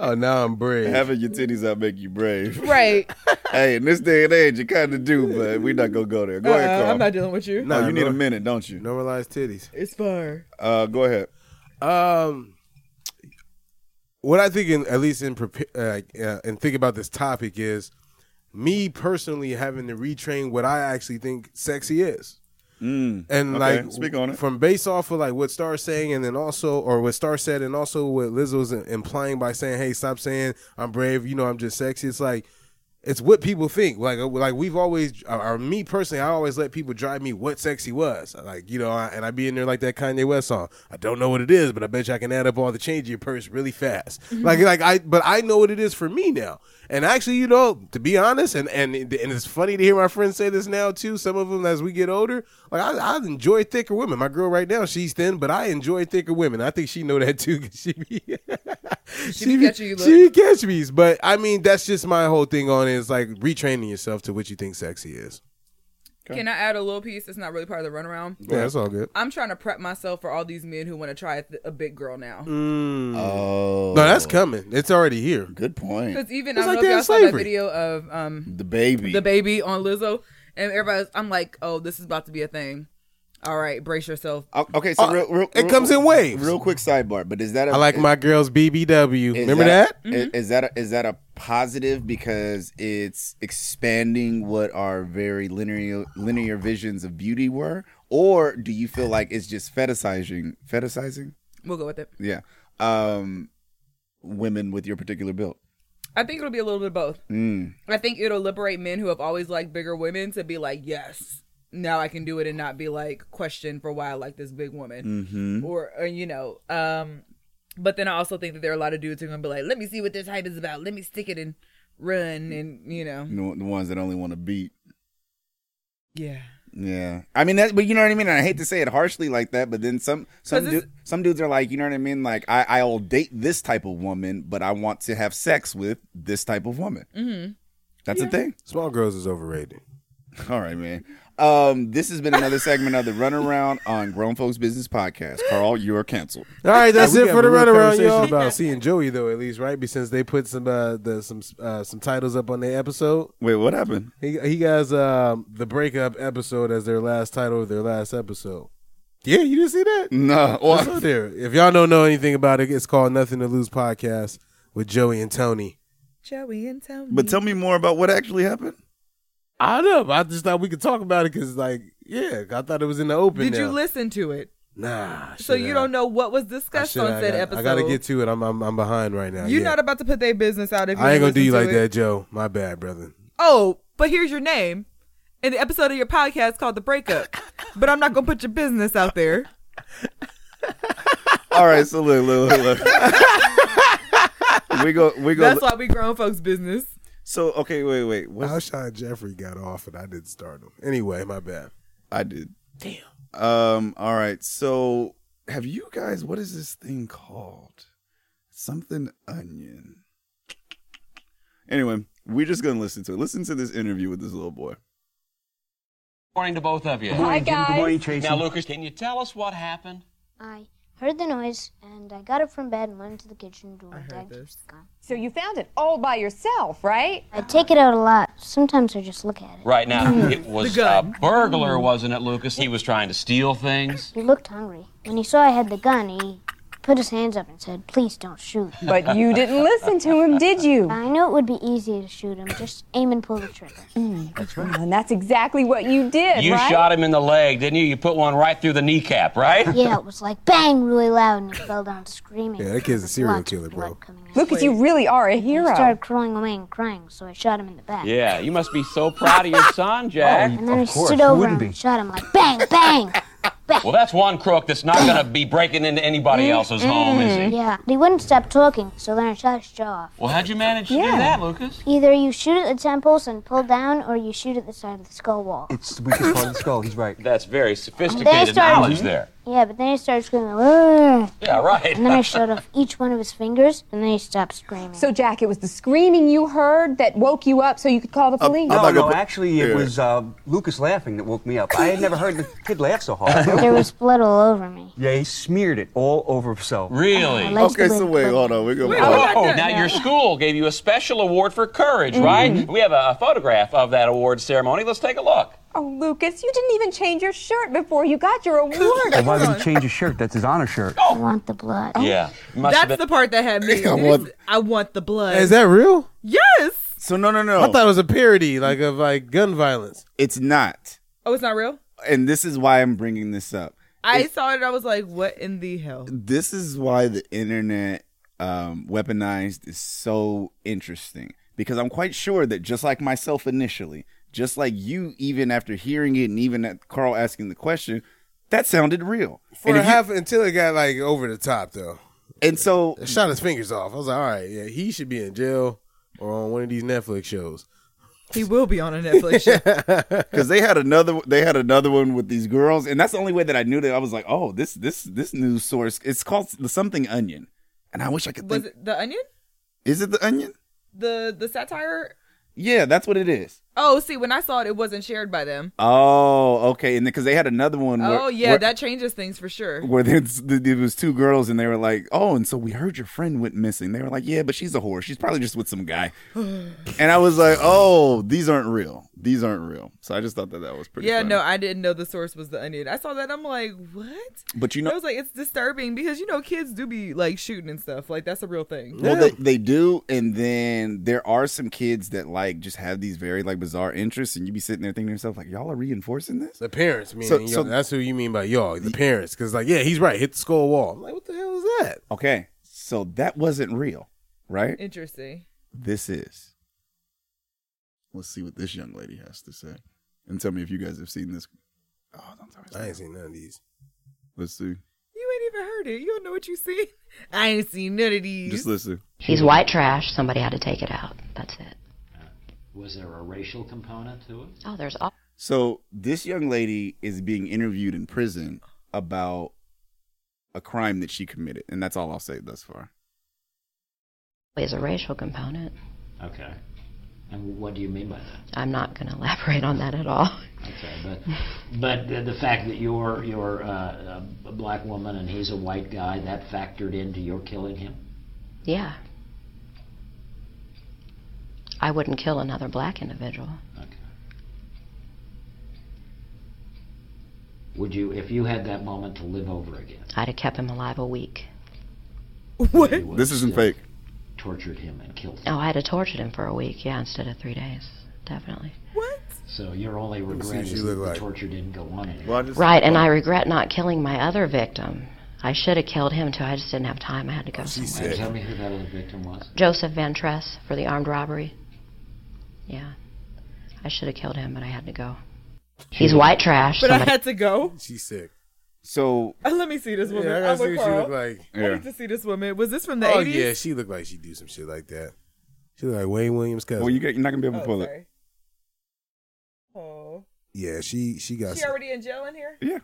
A: Oh, now I'm brave.
B: having your titties out make you brave.
E: right?
B: hey, in this day and age, you kind of do, but we're not gonna go there. Go ahead,
E: Uh,
B: Carl.
E: I'm not dealing with you.
B: no,
A: Nah,
B: you need
A: no.
B: a minute, don't you?
A: Normalized titties.
E: It's fire.
B: Uh, go ahead.
A: Um, what I think, in, at least in prepa- uh, uh, and think about this topic is me personally having to retrain what I actually think sexy is,
B: Mm,
A: and
B: okay,
A: like
B: speak on it.
A: from based off of like what Star's saying, and then also or what Star said, and also what Lizzo's implying by saying, "Hey, stop saying I'm brave," you know, I'm just sexy. It's like it's what people think. Like, uh, like we've always, or, or me personally, I always let people drive me what sexy was. Like, you know, I, and I be in there like that Kanye West song. I don't know what it is, but I bet you I can add up all the change in your purse really fast. Like, like I, but I know what it is for me now. And actually, you know, to be honest, and and and it's funny to hear my friends say this now too. Some of them, as we get older, like I, I enjoy thicker women. My girl right now, she's thin, but I enjoy thicker women. I think she know that too. 'cause she be she be
E: catching you, look.
A: She be catch me's, but I mean that's just my whole thing on it. It's like retraining yourself to what you think sexy is.
B: Okay.
E: Can I add a little piece that's not really part of the runaround?
A: Yeah, that's all good.
E: I'm trying to prep myself for all these men who want to try a, th- a big girl now.
A: Mm.
B: Oh,
A: No, that's coming. It's already here.
B: good point.
E: Because even
A: It's
E: I don't
A: like
E: know if
A: they're
E: y'all
A: in
E: saw that
A: slavery.
E: video of um
B: The baby.
E: the baby on Lizzo, and everybody's. I'm like, oh, this is about to be a thing. All right, brace yourself.
B: O- Oh, Okay, so
A: Uh,
B: real, real,
A: it
B: real-
A: comes in waves.
B: Real quick sidebar, but is that a,
A: I like my girls BBW.
B: is
A: Remember that?
B: i- Is, that a, is that a positive because it's expanding what our very linear linear visions of beauty were, or do you feel like it's just fetishizing fetishizing?
E: We'll go with it.
B: Yeah, um, women with your particular build.
E: I think it'll be a little bit of both.
B: Mm.
E: I think it'll liberate men who have always liked bigger women to be like, yes, now I can do it and not be like questioned for why I like this big woman
A: Mm.
B: Mm-hmm.
E: or, or you know. Um, but then I also think that there are a lot of dudes who are gonna be like, let me see what this hype is about. Let me stick it and run
A: Mm.
E: and you know.
B: You know, the ones that only want to beat.
E: Yeah.
B: Yeah, I mean that, but you know what I mean. And I hate to say it harshly like that, but then some some
E: 'Cause it's-
B: du- some dudes are like, you know what I mean. Like I I'll date this type of woman, but I want to have sex with this type of woman. Mm-hmm. That's a thing.
A: Small girls is overrated.
B: All right, man. Um, this has been another segment of the Runaround on Grown Folks Business Podcast. Carl, you are canceled.
A: All right, that's
D: we
A: it
D: got
A: for the
D: a real
A: runaround,
D: conversation
A: y'all.
D: about
A: About seeing Joey though, at least right, Be- since they put some uh, the some uh, some titles up on the episode.
B: Wait, what happened?
A: He he has um, the breakup episode as their last title of their last episode. Yeah, you didn't see that.
B: No,
A: It's out there. If y'all don't know anything about it, it's called Nothing to Lose podcast with Joey and Tony.
E: Joey and Tony.
B: but tell me more about what actually happened.
A: I don't know. but I just thought we could talk about it because, like, yeah, I thought it was in the open.
E: Did
A: now.
E: you listen to it?
A: Nah.
E: So you don't know what was
A: I
E: discussed
A: shoulda-
E: on said
A: I, got-
E: episode.
A: I gotta get to it. I'm I'm, I'm behind right now.
E: You're
A: yeah.
E: not about to put their business out if you
A: I ain't gonna do
E: listen
A: you
E: to
A: like
E: it.
A: that, Joe. My bad, brother.
E: Oh, but here's your name. And the episode of your podcast called The Breakup. but I'm not gonna put your business out there.
B: All right, so look, look, look. look. we go, we go.
E: That's why we grown folks business.
B: so okay, wait, wait. What's
A: Alshon Jeffrey got off and I didn't start him. Anyway, my bad.
B: I did. Damn. Um. All right. So, have you guys? What is this thing called? Something onion. Anyway, we're just gonna listen to it. Listen to this interview with this little boy.
H: Morning to both of you.
I: Hi, guys.
H: Now, Lucas, can you tell us what happened?
I: I heard the noise and I got up from bed and went to the kitchen door. I heard this.
J: So you found it all by yourself, right?
I: I take it out a lot. Sometimes I just look at it.
H: Right now, it was a burglar, wasn't it, Lucas? He was trying to steal things.
I: He looked hungry. When he saw I had the gun, he put his hands up and said, "Please don't shoot."
J: But you didn't listen to him, did you?
I: I knew it would be easy to shoot him. Just aim and pull the trigger.
J: And that's exactly what you did,
H: You
J: right?
H: shot him in the leg, didn't you? You put one right through the kneecap, right?
I: Yeah, it was like bang, really loud, and he fell down screaming.
A: Yeah, that kid's a
I: With
A: serial
I: lots of
A: killer, bro.
I: blood coming out.
J: Look at you really are a
I: He
J: hero.
I: started crawling away and crying, so I shot him in the back.
H: Yeah, you must be so proud of your son, Jack.
I: And then I stood over him and shot him like bang, bang.
H: Well, that's one crook that's not going to be breaking into anybody else's home, is he?
I: yeah, he wouldn't stop talking, so then I shot his jaw off.
H: Well, how'd you manage to do that, Lucas?
I: Either you shoot at the temples and pull down, or you shoot at the side of the skull wall.
B: Mm.
H: That's very
I: started-
H: sophisticated knowledge there.
I: Yeah, but then he started screaming, "Arr!"
H: Yeah,
I: and then I
H: right.
I: shot off each one of his fingers, and then he stopped screaming.
J: So, Jack, it was the screaming you heard that woke you up so you could call the police.
F: uh,
B: I'm not gonna
K: no,
B: put-
K: actually, it
B: Yeah.
K: was uh, Lucas laughing that woke me up. I had never heard the kid laugh so hard.
I: there was blood all over me.
K: yeah, he smeared it all over himself.
I: My
H: Really?
I: legs
B: Okay,
I: were
B: so
I: limp,
B: wait,
I: but-
B: hold on. We're gonna.
H: Oh, now your school gave you a special award for courage, right? We have a, a photograph of that award ceremony. Let's take a look.
J: Oh, Lucas, you didn't even change your shirt before you got your award.
K: Why would he change his shirt? That's his honor shirt.
I: I want the blood.
H: Yeah. Must have
E: That's
H: been-
E: the part that had me.
B: I want-
E: I want the blood.
A: Is that real?
E: yes.
B: So no, no, no.
A: I thought it was a parody, like of like gun violence.
B: it's not,
E: Oh, it's not real?
B: and this is why I'm bringing this up.
E: I saw it. I was like, "What in the hell?"
B: this is why the internet um, weaponized is so interesting because I'm quite sure that just like myself initially, just like you, even after hearing it and even at Carl asking the question, that sounded real.
A: For
B: and, if you-
A: half until it got like over the top though.
B: and so
A: It shot his fingers off. I was like, all right, yeah, he should be in jail or on one of these Netflix shows.
E: He will be on a Netflix show.
B: because they had another they had another one with these girls, and that's the only way that I knew that I was like, oh, this this this news source it's called the something onion, and I wish I could
E: Was
B: think
E: it the Onion?
B: is it the onion?
E: The the satire?
B: Yeah, that's what it is.
E: Oh, see, when I saw it, it wasn't shared by them.
B: Oh, okay. And because they had another one. Where,
E: oh, yeah,
B: where,
E: that changes things for sure.
B: where there's- there was two girls and they were like, "Oh, and so we heard your friend went missing." They were like, "Yeah, but she's a whore. She's probably just with some guy." and I was like, "Oh, these aren't real. These aren't real." So I just thought that that was pretty.
E: Yeah,
B: funny.
E: no, I didn't know the source was the Onion. I saw that, I'm like, what?
B: But you
E: I
B: know,
E: was like, it's disturbing because you know kids do be like shooting and stuff. Like that's a real thing.
B: well, they, they do, and then there are some kids that like just have these very like bizarre interests, and you be sitting there thinking to yourself like, "Y'all are reinforcing this."
A: The parents, meaning
B: So-
A: y'all-
B: so-
A: that's who you mean by y'all. The parents, because like, yeah, he's right. Hit the skull wall. I'm like, what the hell is that?
B: Okay, so that wasn't real, right?
E: Interesting.
B: This is. Let's see what this young lady has to say, and tell me if you guys have seen this. Oh, don't tell me.
A: I ain't seen none of these.
B: Let's see.
E: You ain't even heard it. You don't know what you see. I ain't seen none of these.
B: Just listen.
G: He's white trash. Somebody had to take it out. That's it.
F: Was there a racial component to it?
G: Oh, there's all
B: So this young lady is being interviewed in prison about a crime that she committed, and that's all I'll say thus far.
G: always a racial component.
F: Okay. And what do you mean by that?
G: I'm not going to elaborate on that at all.
F: Okay, but but the, the fact that you're you're uh, a black woman and he's a white guy that factored into your killing him.
G: Yeah. I wouldn't kill another black individual.
F: Okay. Would you, if you had that moment to live over again,
G: I'd have kept him alive a week.
E: what?
F: you would
B: This isn't
F: still
B: fake.
F: Tortured him and killed him.
G: Oh, I'd have tortured him for a week, yeah, instead of three days. Definitely.
E: What?
F: So your only
A: me see
F: regret
A: what
F: is
A: you
F: that
A: look
F: the
A: like.
F: torture didn't go on anymore.
B: Well, I just,
G: Right, and I regret not killing my other victim. I should have killed him too. I just didn't have time. I had to go
A: She
G: somewhere.
A: said-
F: Tell me who that other victim was.
G: Joseph Van Tress for the armed robbery. Yeah. I should have killed him, but I had to go. He's white trash.
E: But I
G: Somebody
E: had to go.
A: She's sick.
B: So
E: Uh, Let me see this woman.
A: Yeah, I
E: I
A: gotta see what she
E: Carl.
A: look like.
E: I
B: yeah.
E: need to see this woman. Was this from the
A: Oh
E: 80s?
A: yeah, she looked like she do some shit like that. She look like Wayne Williams' cousin.
B: Well, you get, you're not gonna be able
E: Oh,
B: to pull it.
E: sorry. Oh.
A: yeah, she she got
E: She already in jail in here?
B: Yeah.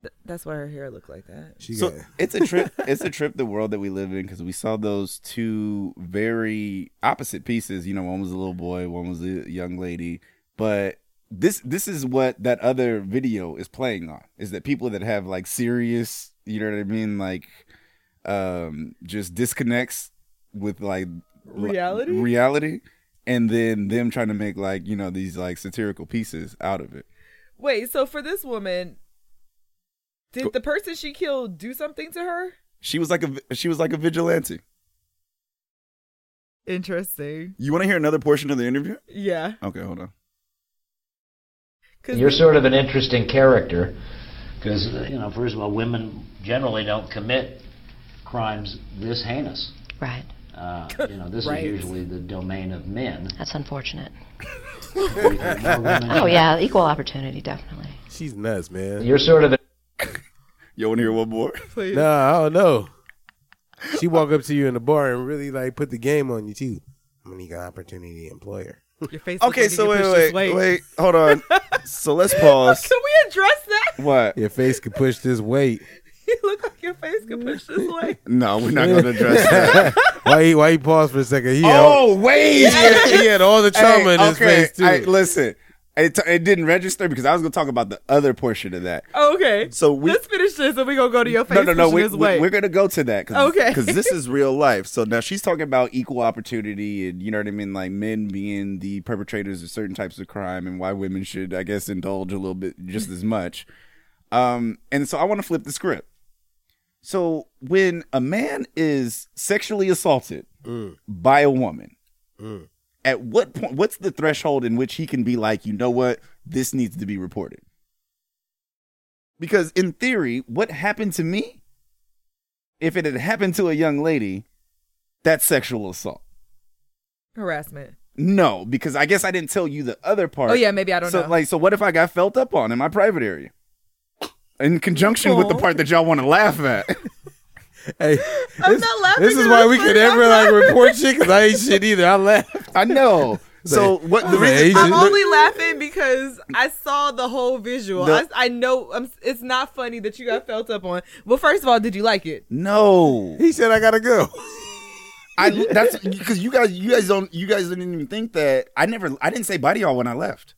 E: Th- that's why her hair looked like that.
A: she
B: so
A: got
B: it's a trip. It's a trip. The world that we live in, because we saw those two very opposite pieces. You know, one was a little boy, one was a young lady. But this this is what that other video is playing on. Is that people that have like serious, you know what I mean, like um just disconnects with like li-
E: Reality?
B: reality, and then them trying to make like you know these like satirical pieces out of it.
E: Wait, so for this woman, did the person she killed do something to her?
B: She was like a vi- she was like a vigilante.
E: Interesting.
B: You want to hear another portion of the interview?
E: Yeah.
B: Okay, hold on.
E: Cause
F: You're sort of an interesting character because, you know, first of all, women generally don't commit crimes this heinous.
G: Right.
F: Uh, you know, this
E: Right.
F: is usually the domain of men.
G: That's unfortunate.
F: More women-
G: Oh, yeah, equal opportunity, definitely.
A: she's nuts, man.
F: You're sort of an
B: You want to hear one more?
E: please.
A: Nah, I don't know. She walk up to you in the bar and really like put the game on you too. I'm an equal opportunity employer.
E: Your face
B: Okay, so wait, wait, wait, hold on. so let's pause.
E: Can we address that?
B: What?
A: Your face could push this weight.
E: You look like your face could push this way.
B: No, we're not going to address that.
A: Why he why he paused for a second? He had all-
B: oh, wait.
A: he had, he had all the trauma in his face too.
B: I- listen, it, t- it didn't register because I was going to talk about the other portion of that.
E: Oh, Okay.
B: So we.
E: Let's finish this and we're going to go to your face
B: No, no, no.
E: pushing
B: We,
E: this way.
B: we, are going to go to that. Cause,
E: Okay.
B: Because this is real life. So now she's talking about equal opportunity and, you know what I mean? Like men being the perpetrators of certain types of crime and why women should, I guess, indulge a little bit just as much. Um, and so I want to flip the script. So when a man is sexually assaulted by a woman, at what point, what's the threshold in which he can be like, you know what? This needs to be reported. Because in theory, what happened to me, if it had happened to a young lady, that's sexual assault.
E: Harassment.
B: No, because I guess I didn't tell you the other part.
E: Oh, yeah, maybe I don't
B: so,
E: know.
B: Like, so what if I got felt up on in my private area? In conjunction with the
E: Aw.
B: part that y'all want to laugh at.
A: Hey,
E: I'm
A: this,
E: not laughing
A: This is
E: at
A: why
E: this
A: we could
E: funny. I'm
A: never like report shit because I ain't shit either. I laugh.
B: I know. So what the
A: Like,
B: reason?
A: Asian-
E: I'm only laughing because I saw the whole visual.
B: The-
E: I, I know I'm, it's not funny that you got felt up on. Well, first of all, did you like it?
B: no.
A: He said I gotta go.
B: I that's because you guys you guys don't you guys didn't even think that I never I didn't say bye to y'all when I left.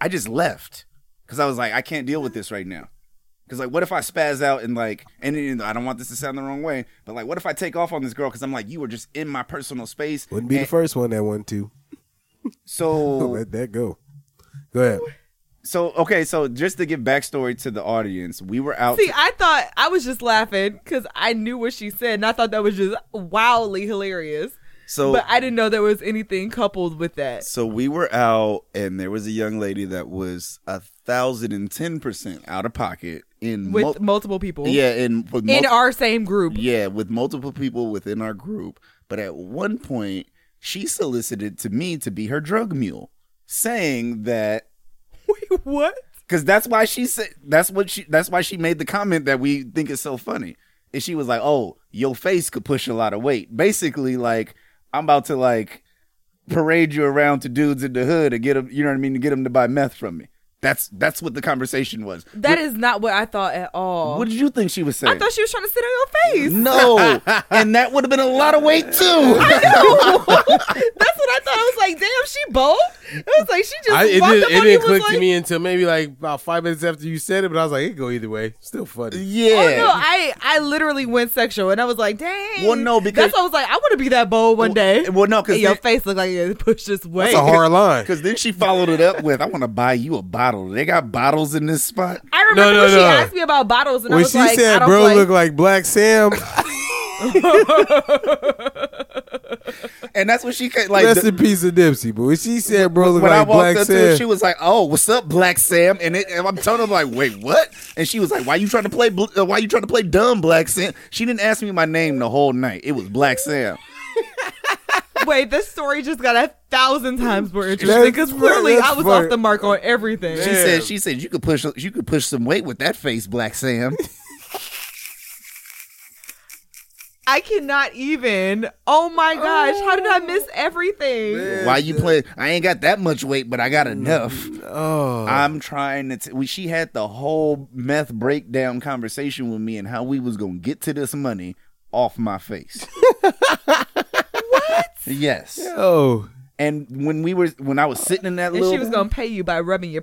B: I just left because I was like I can't deal with this right now. Because like what if I spaz out and like and, and I don't want this to sound the wrong way, but like what if I take off on this girl because I'm like you were just in my personal space.
A: Wouldn't be the
B: and-
A: first one that won too.
B: So
A: Let that go. Go ahead.
B: so okay so just to give backstory to the audience, we were out.
E: See, I thought I was just laughing because I knew what she said, and I thought that was just wildly hilarious.
B: so
E: but I didn't know there was anything coupled with that.
B: So we were out, and there was a young lady that was a thousand and ten percent out of pocket in
E: With
B: mul-
E: multiple people.
B: Yeah, and with
E: In
B: mul-
E: our same group.
B: yeah, with multiple people within our group. But at one point, she solicited to me to be her drug mule, saying that
E: Wait, what?
B: because that's why she said that's what she that's why she made the comment that we think is so funny. And she was like, "Oh, your face could push a lot of weight." Basically, like I'm about to like parade you around to dudes in the hood and get them, you know what I mean, to get them to buy meth from me. That's that's what the conversation was.
E: That is not what I thought at all.
B: What did you think she was saying?
E: I thought she was trying to sit on your face.
B: no, and that would have been a lot of weight too.
E: That's what I thought. I was like, damn, she bold. I was like, she just
A: I, it,
E: walked up
A: did, it
E: on you
A: didn't
E: was
A: click
E: like,
A: to me until maybe like about five minutes after you said it, but I was like, it could go either way. Still funny.
B: yeah.
E: Oh no, I I literally went sexual, and I was like, dang.
B: Well, no, because-
E: that's why I was like, I want to be that bold one day.
B: well, no, because
E: And your face looked like it pushed this way.
A: That's a hard line.
B: because then she followed it up with, "I want to buy you a bottle. They got bottles in this spot."
E: I remember
A: No, no,
E: when she
A: no.
E: asked me about bottles, and I
A: When
E: was
A: she
E: like, I
A: said,
E: don't
A: "Bro,
E: play.
A: look like Black Sam,"
B: And that's what she ca- like.
A: rest
B: the-
A: in peace of Dipsy. But when she said, "Bro, look
B: when I
A: like
B: walked
A: Black
B: up to her,
A: Sam,"
B: she was like, "Oh, what's up, Black Sam?" And, it, and I'm telling her like, "Wait, what?" And she was like, "Why you trying to play? bl- Uh, why you trying to play dumb, Black Sam?" She didn't ask me my name the whole night. It was Black Sam.
E: Wait, this story just got a thousand times more interesting because
A: fu-
E: clearly
A: that's
E: I was
A: funny.
E: off the mark on everything.
B: She said, "She said you could push you could push some weight with that face, Black Sam."
E: I cannot even. Oh my gosh, how did I
A: Oh.
E: miss everything?
B: why you playing? I ain't got that much weight, but I got enough.
A: oh,
B: I'm trying to. T- we, she had the whole meth breakdown conversation with me and how we was gonna get to this money off my face. what? Yes.
A: oh,
B: And when we were when I was sitting in that
E: And
B: little
E: she was gonna pay you by rubbing your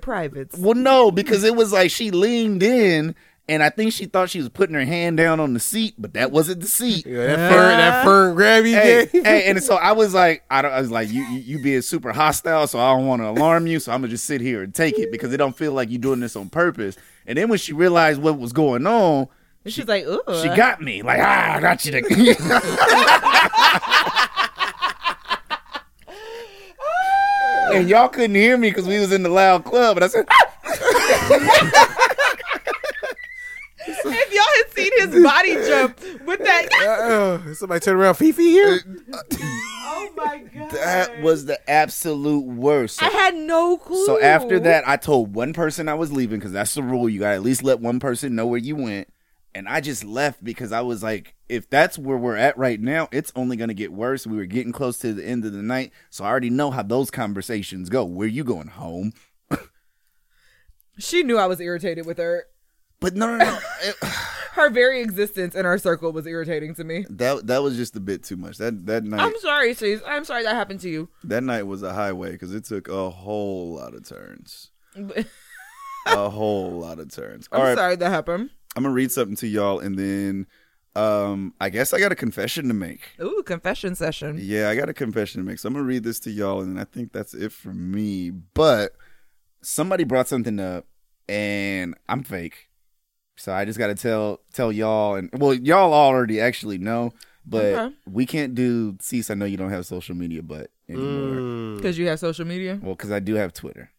E: privates.
B: Well no, because it was like she leaned in and I think she thought she was putting her hand down on the seat, but that wasn't the seat.
A: yeah, that fern, that fern grabby
B: Hey,
A: game.
B: hey, and so I was like, I, don't, I was like, you, you you being super hostile, so I don't want to alarm you, so I'm gonna just sit here and take it because it don't feel like you doing this on purpose. And then when she realized what was going on,
E: And she's like, ooh.
B: she got me like, ah, I got you. To-. and y'all couldn't hear me because we was in the loud club, and I said, "Ah!"
E: if y'all had seen his body jump with that,
A: Uh, somebody turn around, Fifi here.
E: oh my god,
B: that was the absolute worst. So
E: I had no clue.
B: So after that, I told one person I was leaving because that's the rule. You gotta at least let one person know where you went. And I just left because I was like, if that's where we're at right now, it's only gonna get worse. We were getting close to the end of the night, so I already know how those conversations go. Where you going home?
E: she knew I was irritated with her.
B: But no, no, no. It-
E: Her very existence in our circle was irritating to me.
B: that that was just a bit too much. That that night
E: I'm sorry, Cheese. I'm sorry that happened to you.
B: that night was a highway because it took a whole lot of turns. a whole lot of turns.
E: I'm sorry that happened.
B: I'm gonna read something to y'all, and then um, I guess I got a confession to make.
E: Ooh, confession session.
B: Yeah, I got a confession to make. So I'm gonna read this to y'all, and I think that's it for me. But somebody brought something up, and I'm fake, so I just gotta tell tell y'all, and well, y'all already actually know, but
E: Okay.
B: we can't do. Cease. I know you don't have social media, but anymore.
E: Because you have social media.
B: Well, because I do have Twitter.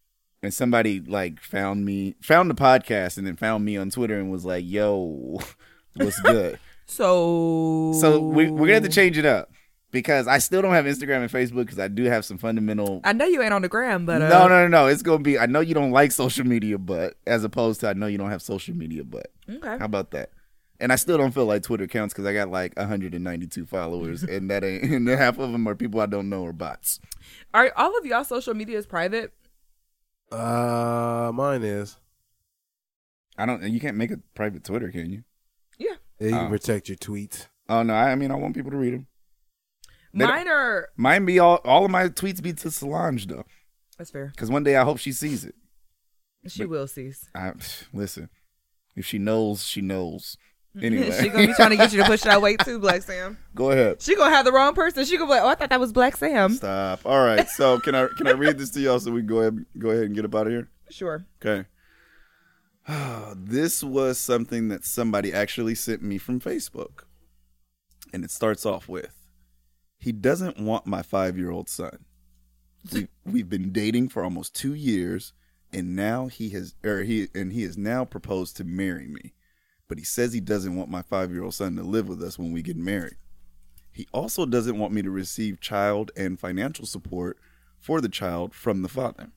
B: And somebody like found me, found the podcast, and then found me on Twitter and was like, "Yo, what's good?"
E: So
B: so we, we're gonna have to change it up because I still don't have Instagram and Facebook because I do have some fundamental.
E: I know you ain't on the gram, but uh,
B: no, no, no, no. It's gonna be. I know you don't like social media, but as opposed to I know you don't have social media, but
E: Okay.
B: how about that? And I still don't feel like Twitter counts because I got like 192 followers, and that ain't, and half of them are people I don't know or bots.
E: Are all of y'all social media is private?
A: Uh, mine is.
B: I don't. You can't make a private Twitter, can you?
E: Yeah.
A: Yeah, you can
B: Oh.
A: protect your tweets.
B: Oh no! I, I mean, I want people to read them. They don't-
E: Mine are.
B: Mine be all all of my tweets be to Solange though,
E: That's fair.
B: because one day I hope she sees it.
E: She will cease.
B: I listen. If she knows, she knows. Anyway,
E: Mm-hmm. she gonna be trying to get you to push that weight too, Black Sam.
B: Go ahead.
E: She gonna have the wrong person. She gonna be like, oh, I thought that was Black Sam.
B: Stop. All right. So can I can I read this to y'all so we can go ahead go ahead and get up out of here?
E: Sure.
B: Okay. this was something that somebody actually sent me from Facebook. And it starts off with He doesn't want my five year old son. We, we've been dating for almost two years, and now he has, or he, and he has now proposed to marry me. But he says he doesn't want my five year old son to live with us when we get married. He also doesn't want me to receive child and financial support for the child from the father.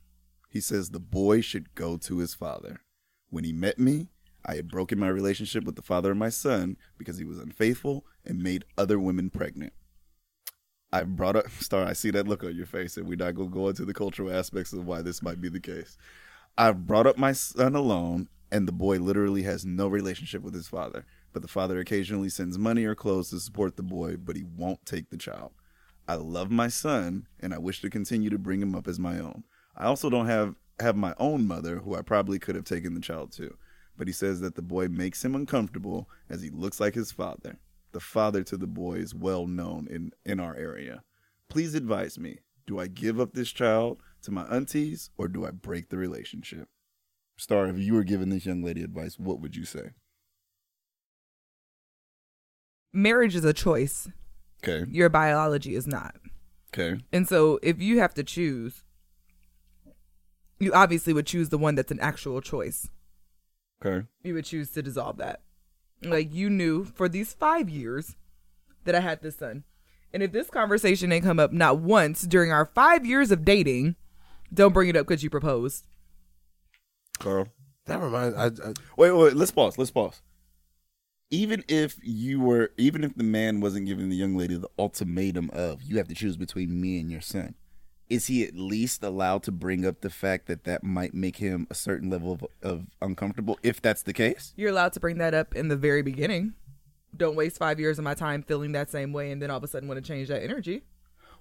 B: He says the boy should go to his father. When he met me, I had broken my relationship with the father of my son because he was unfaithful and made other women pregnant. I brought up Star, I see that look on your face, and we're not gonna go into the cultural aspects of why this might be the case. I brought up my son alone, and the boy literally has no relationship with his father. But the father occasionally sends money or clothes to support the boy, but he won't take the child. I love my son, and I wish to continue to bring him up as my own. I also don't have have my own mother, who I probably could have taken the child to. But he says that the boy makes him uncomfortable as he looks like his father. The father to the boy is well known in, in our area. Please advise me. Do I give up this child to my aunties or do I break the relationship? Star, if you were giving this young lady advice, what would you say?
E: Marriage is a choice.
B: Okay.
E: Your biology is not.
B: Okay.
E: And so if you have to choose, you obviously would choose the one that's an actual choice.
B: Okay.
E: You would choose to dissolve that. Like you knew for these five years that I had this son. And if this conversation didn't come up not once during our five years of dating, don't bring it up because you proposed.
B: Carl.
A: That reminds I, I
B: Wait, wait, let's pause. Let's pause. Even if you were, even if the man wasn't giving the young lady the ultimatum of, you have to choose between me and your son, is he at least allowed to bring up the fact that that might make him a certain level of, of uncomfortable if that's the case?
E: You're allowed to bring that up in the very beginning. Don't waste five years of my time feeling that same way and then all of a sudden want to change that energy.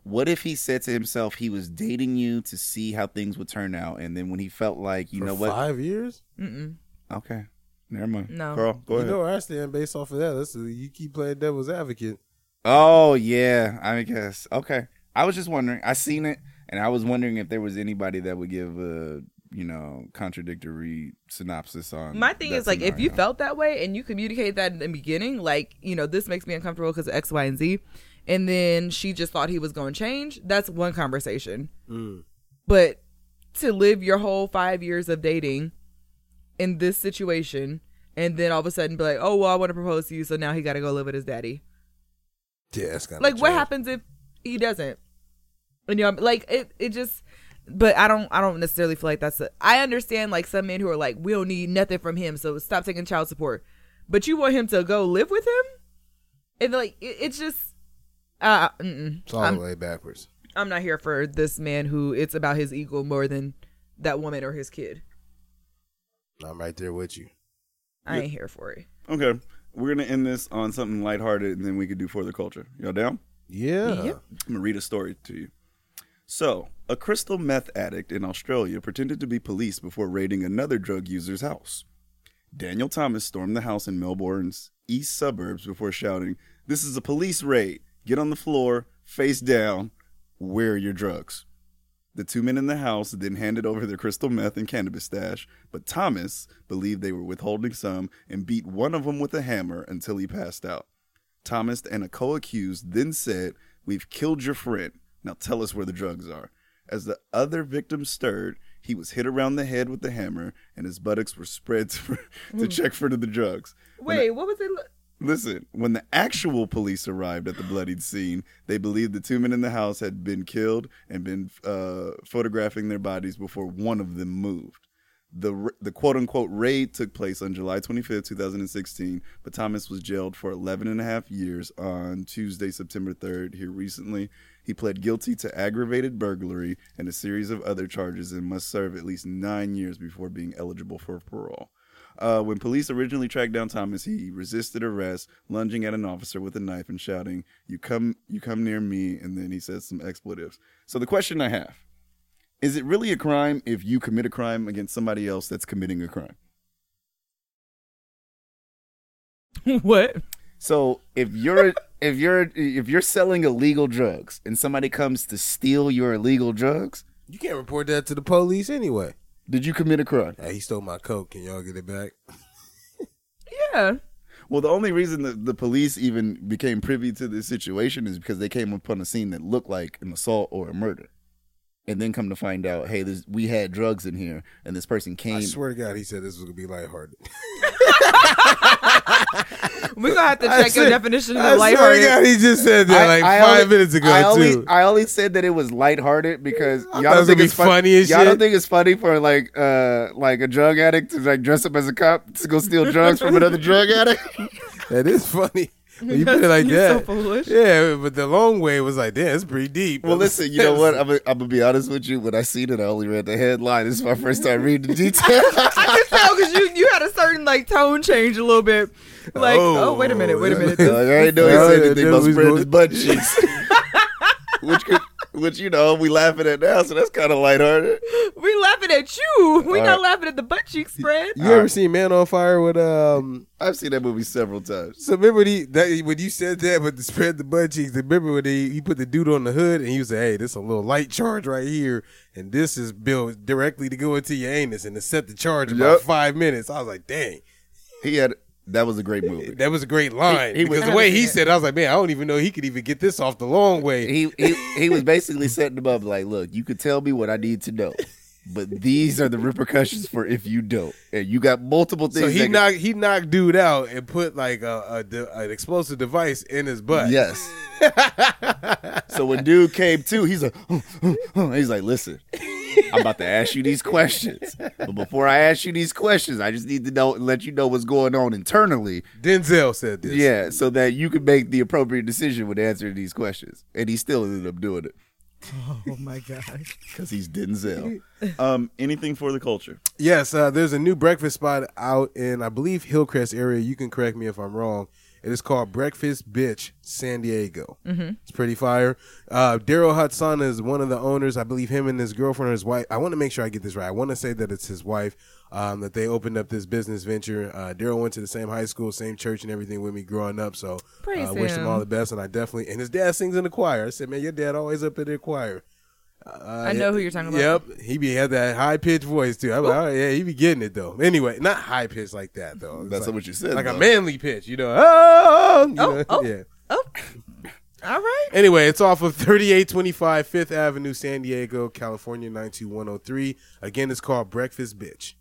B: What if he said to himself he was dating you to see how things would turn out, and then when he felt like, you
A: for
B: know what?
A: Five years?
E: Mm-mm.
B: Okay, never mind.
E: No.
B: Carl, go
A: you
B: ahead.
A: know where I stand based off of that. That's you keep playing devil's advocate.
B: Oh yeah, I guess. Okay. I was just wondering. I seen it, and I was wondering if there was anybody that would give a you know contradictory synopsis on.
E: My thing
B: that
E: is like if you
B: scenario.
E: felt that way and you communicate that in the beginning, like you know this makes me uncomfortable because of X, Y, and Z, and then she just thought he was going to change. That's one conversation.
A: Mm.
E: But to live your whole five years of dating in this situation, and then all of a sudden be like, oh well, I want to propose to you, so now he got to go live with his daddy.
A: Yeah, that's kind
E: Like what happens if he doesn't? And you know, like it, it just. But I don't, I don't necessarily feel like that's. A, I understand like some men who are like, we don't need nothing from him, so stop taking child support. But you want him to go live with him, and like it, it's just, uh, mm-mm.
A: It's all
E: I'm,
A: the way backwards.
E: I'm not here for this man who it's about his ego more than that woman or his kid.
A: I'm right there with you.
E: I ain't here for it.
B: Okay, we're gonna end this on something lighthearted, and then we could do for the culture. Y'all down?
A: Yeah.
E: Yep.
B: I'm gonna read a story to you. So, a crystal meth addict in Australia pretended to be police before raiding another drug user's house. Daniel Thomas stormed the house in Melbourne's east suburbs before shouting, This is a police raid! Get on the floor, face down, where are your drugs? The two men in the house then handed over their crystal meth and cannabis stash, but Thomas believed they were withholding some and beat one of them with a hammer until he passed out. Thomas and a co accused then said, We've killed your friend. Now tell us where the drugs are. As the other victim stirred, he was hit around the head with the hammer and his buttocks were spread to, to check for the drugs. When
E: Wait, what was it?
B: Listen, when the actual police arrived at the bloodied scene, they believed the two men in the house had been killed and been uh, photographing their bodies before one of them moved. The, r- the quote unquote raid took place on July 25th, 2016, but Thomas was jailed for 11 and a half years on Tuesday, September 3rd, here recently. He pled guilty to aggravated burglary and a series of other charges and must serve at least nine years before being eligible for parole. Uh, when police originally tracked down Thomas, he resisted arrest, lunging at an officer with a knife and shouting, "You come, you come near me!" And then he says some expletives. So the question I have is: It really a crime if you commit a crime against somebody else that's committing a crime?
E: what?
B: So if you're if you're if you're selling illegal drugs and somebody comes to steal your illegal drugs,
A: You can't report that to the police anyway.
B: did you commit a crime?
A: Hey, he stole my coke. Can y'all get it back?
E: Yeah.
B: Well, the only reason that the police even became privy to this situation is because they came upon a scene that looked like an assault or a murder, and then come to find out, hey, this, we had drugs in here, and this person
A: I
B: came.
A: swear to God, he said this was gonna be lighthearted.
E: We're gonna have to check your definition
A: I
E: of
A: swear to God,
E: lighthearted.
A: he just said that like five
B: only-
A: minutes ago
B: I only,
A: too.
B: I only said that it was lighthearted because
A: I
B: y'all
A: thought it
B: don't
A: was
B: think
A: gonna
B: it's
A: be
B: funny.
A: funny as
B: y'all
A: shit.
B: don't think it's funny for like uh like a drug addict to like dress up as a cop to go steal drugs from another drug addict.
A: that is funny. When you put it like
E: You're so
A: that,
E: foolish.
A: yeah. But the long way was like, damn, it's pretty deep.
B: Well, listen, you know what? I'm gonna I'm gonna be honest with you. When I seen it, I only read the headline. This is my first time reading the detail.
E: I can tell because you you had a certain like tone change a little bit. Like, oh, wait a minute, wait a minute.
B: like, I ain't know he
A: Oh,
B: said
A: yeah,
B: anything
A: that
B: about
A: was
B: spreading
A: good.
B: his butt cheeks, which could, which you know we laughing at now, so that's kind of lighthearted.
E: we laughing at you. We
B: All
E: not
B: right.
E: laughing at the butt cheek spread.
A: You ever seen Man on Fire with um?
B: I've seen that movie several times.
A: So remember when, he, that, when you said that, but the spread the butt cheeks. Remember when he, he put the dude on the hood and he was like, "Hey, this a little light charge right here, and this is built directly to go into your anus and to set the charge in about
B: Yup.
A: five minutes." I was like, "Dang,
B: He had that was a great movie.
A: that was a great line."
B: He- he was-
A: because the way he said, it, I was like, "Man, I don't even know he could even get this off the long way."
B: he he he was basically setting him up like, look, you could tell me what I need to know, but these are the repercussions for if you don't. And you got multiple things.
A: so he
B: that-
A: knocked he knocked dude out and put like a, a de- an explosive device in his butt.
B: Yes. so when dude came to, he's like, he's like, listen, I'm about to ask you these questions, but before I ask you these questions, I just need to know and let you know what's going on internally.
A: Denzel said this.
B: Yeah, so that you can make the appropriate decision when answering these questions. And he still ended up doing it
E: Oh my gosh.
B: because he's Denzel. Um, anything for the culture?
A: Yes, uh, there's a new breakfast spot out in, I believe, Hillcrest area. You can correct me if I'm wrong. It is called Breakfast Bitch San Diego. Mm-hmm. It's pretty fire. Uh, Daryl Hudson is one of the owners. I believe him and his girlfriend or his wife. I want to make sure I get this right. I want to say that it's his wife um, that they opened up this business venture. Uh, Daryl went to the same high school, same church, and everything with me growing up. So I
E: Praise
A: wish him
E: him.
A: all the best. And I definitely, and his dad sings in the choir. I said, man, your dad always up in the choir.
E: I know who you're talking about.
A: Yep, he be had that high pitched voice too. I'm like, all right, yeah, he be getting it though. Anyway, not high pitched like that though. It's
B: That's
A: like,
B: not what you said.
A: like a
B: though.
A: manly pitch, you know. Oh, you
E: Oh,
A: know,
E: oh.
A: yeah.
E: Oh. All right.
A: Anyway, it's off of 3825 Fifth Avenue, San Diego, California 92103. Again, it's called Breakfast Bitch.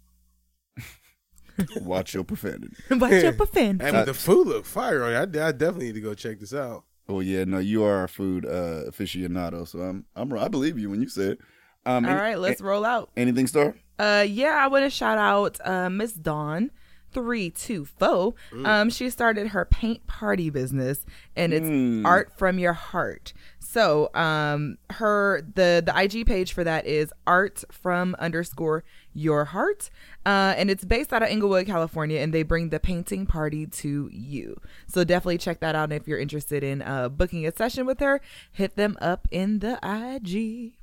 B: Watch your profanity.
E: Watch up a fan.
A: And with the food look fire on it, I, I definitely need to go check this out.
B: Oh yeah, no, you are a food uh, aficionado, so I'm I'm I believe you when you say it. Um,
E: All
B: any-
E: right, let's roll out.
B: anything, star.
E: Uh, yeah, I want to shout out uh, Miss Dawn. Three two four. Um, she started her paint party business, and it's art from your heart. So, um, her the the IG page for that is art from underscore your heart, uh, and it's based out of Inglewood, California, and they bring the painting party to you. So definitely check that out if you're interested in uh, booking a session with her. Hit them up in the IG,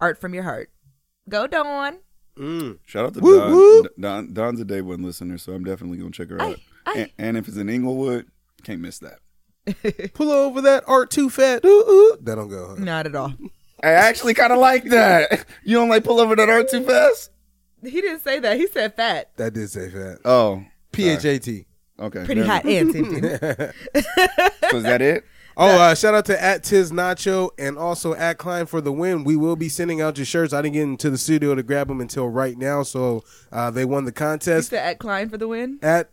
E: art from your heart. Go Dawn.
B: Shout out to Don. Don. Don's a day one listener, so I'm definitely gonna check her out.
E: aye.
B: And, and if it's in Inglewood, can't miss that.
A: Pull over that art too fat. Ooh, ooh. That don't go. Huh?
E: Not at all.
B: I actually kind of like that. You don't like pull over that art too fast?
E: He didn't say that. He said fat,
A: That did say fat.
B: Oh,
A: P H A T.
B: okay.
E: pretty
B: never-
E: hot and tempting.
B: So is that it?
A: Oh, uh, shout out to at Tiz Nacho and also at Klein for the win. We will be sending out your shirts. I didn't get into the studio to grab them until right now, so uh, they won the
E: He
A: contest.
E: said at Klein for the win.
A: At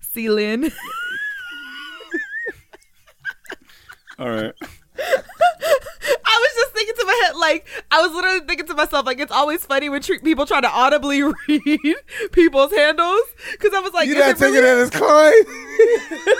E: See Lynn.
B: All right.
E: I was just thinking to my head, like I was literally thinking to myself, like it's always funny when tr- people try to audibly read people's handles because I was like,
A: you
E: is
A: not
E: it
A: taking
E: really?
A: that as Klein?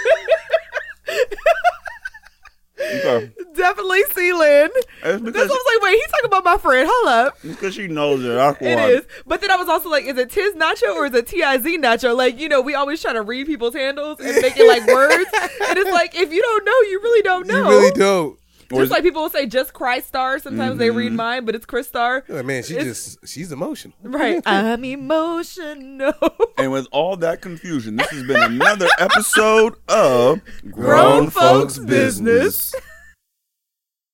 B: Okay.
E: definitely Celine.
B: It's
E: That's what I
B: because
E: was like, wait, he's talking about my friend. Hold up.
B: because she knows that Aqua.
E: It is. But then I was also like, is it Tiz Nacho or is it T-I-Z Nacho? Like, you know, we always try to read people's handles and make it like words. And it's like, if you don't know, you really don't know.
A: You really don't.
B: Or is
E: Just like people will say just Christ star. Sometimes they read mine, but it's Chris star.
A: Like, Oh, man, she
E: It's-
A: just she's emotional.
E: Right. I'm emotional.
B: And with all that confusion, this has been another episode of
E: Grown Folks Business.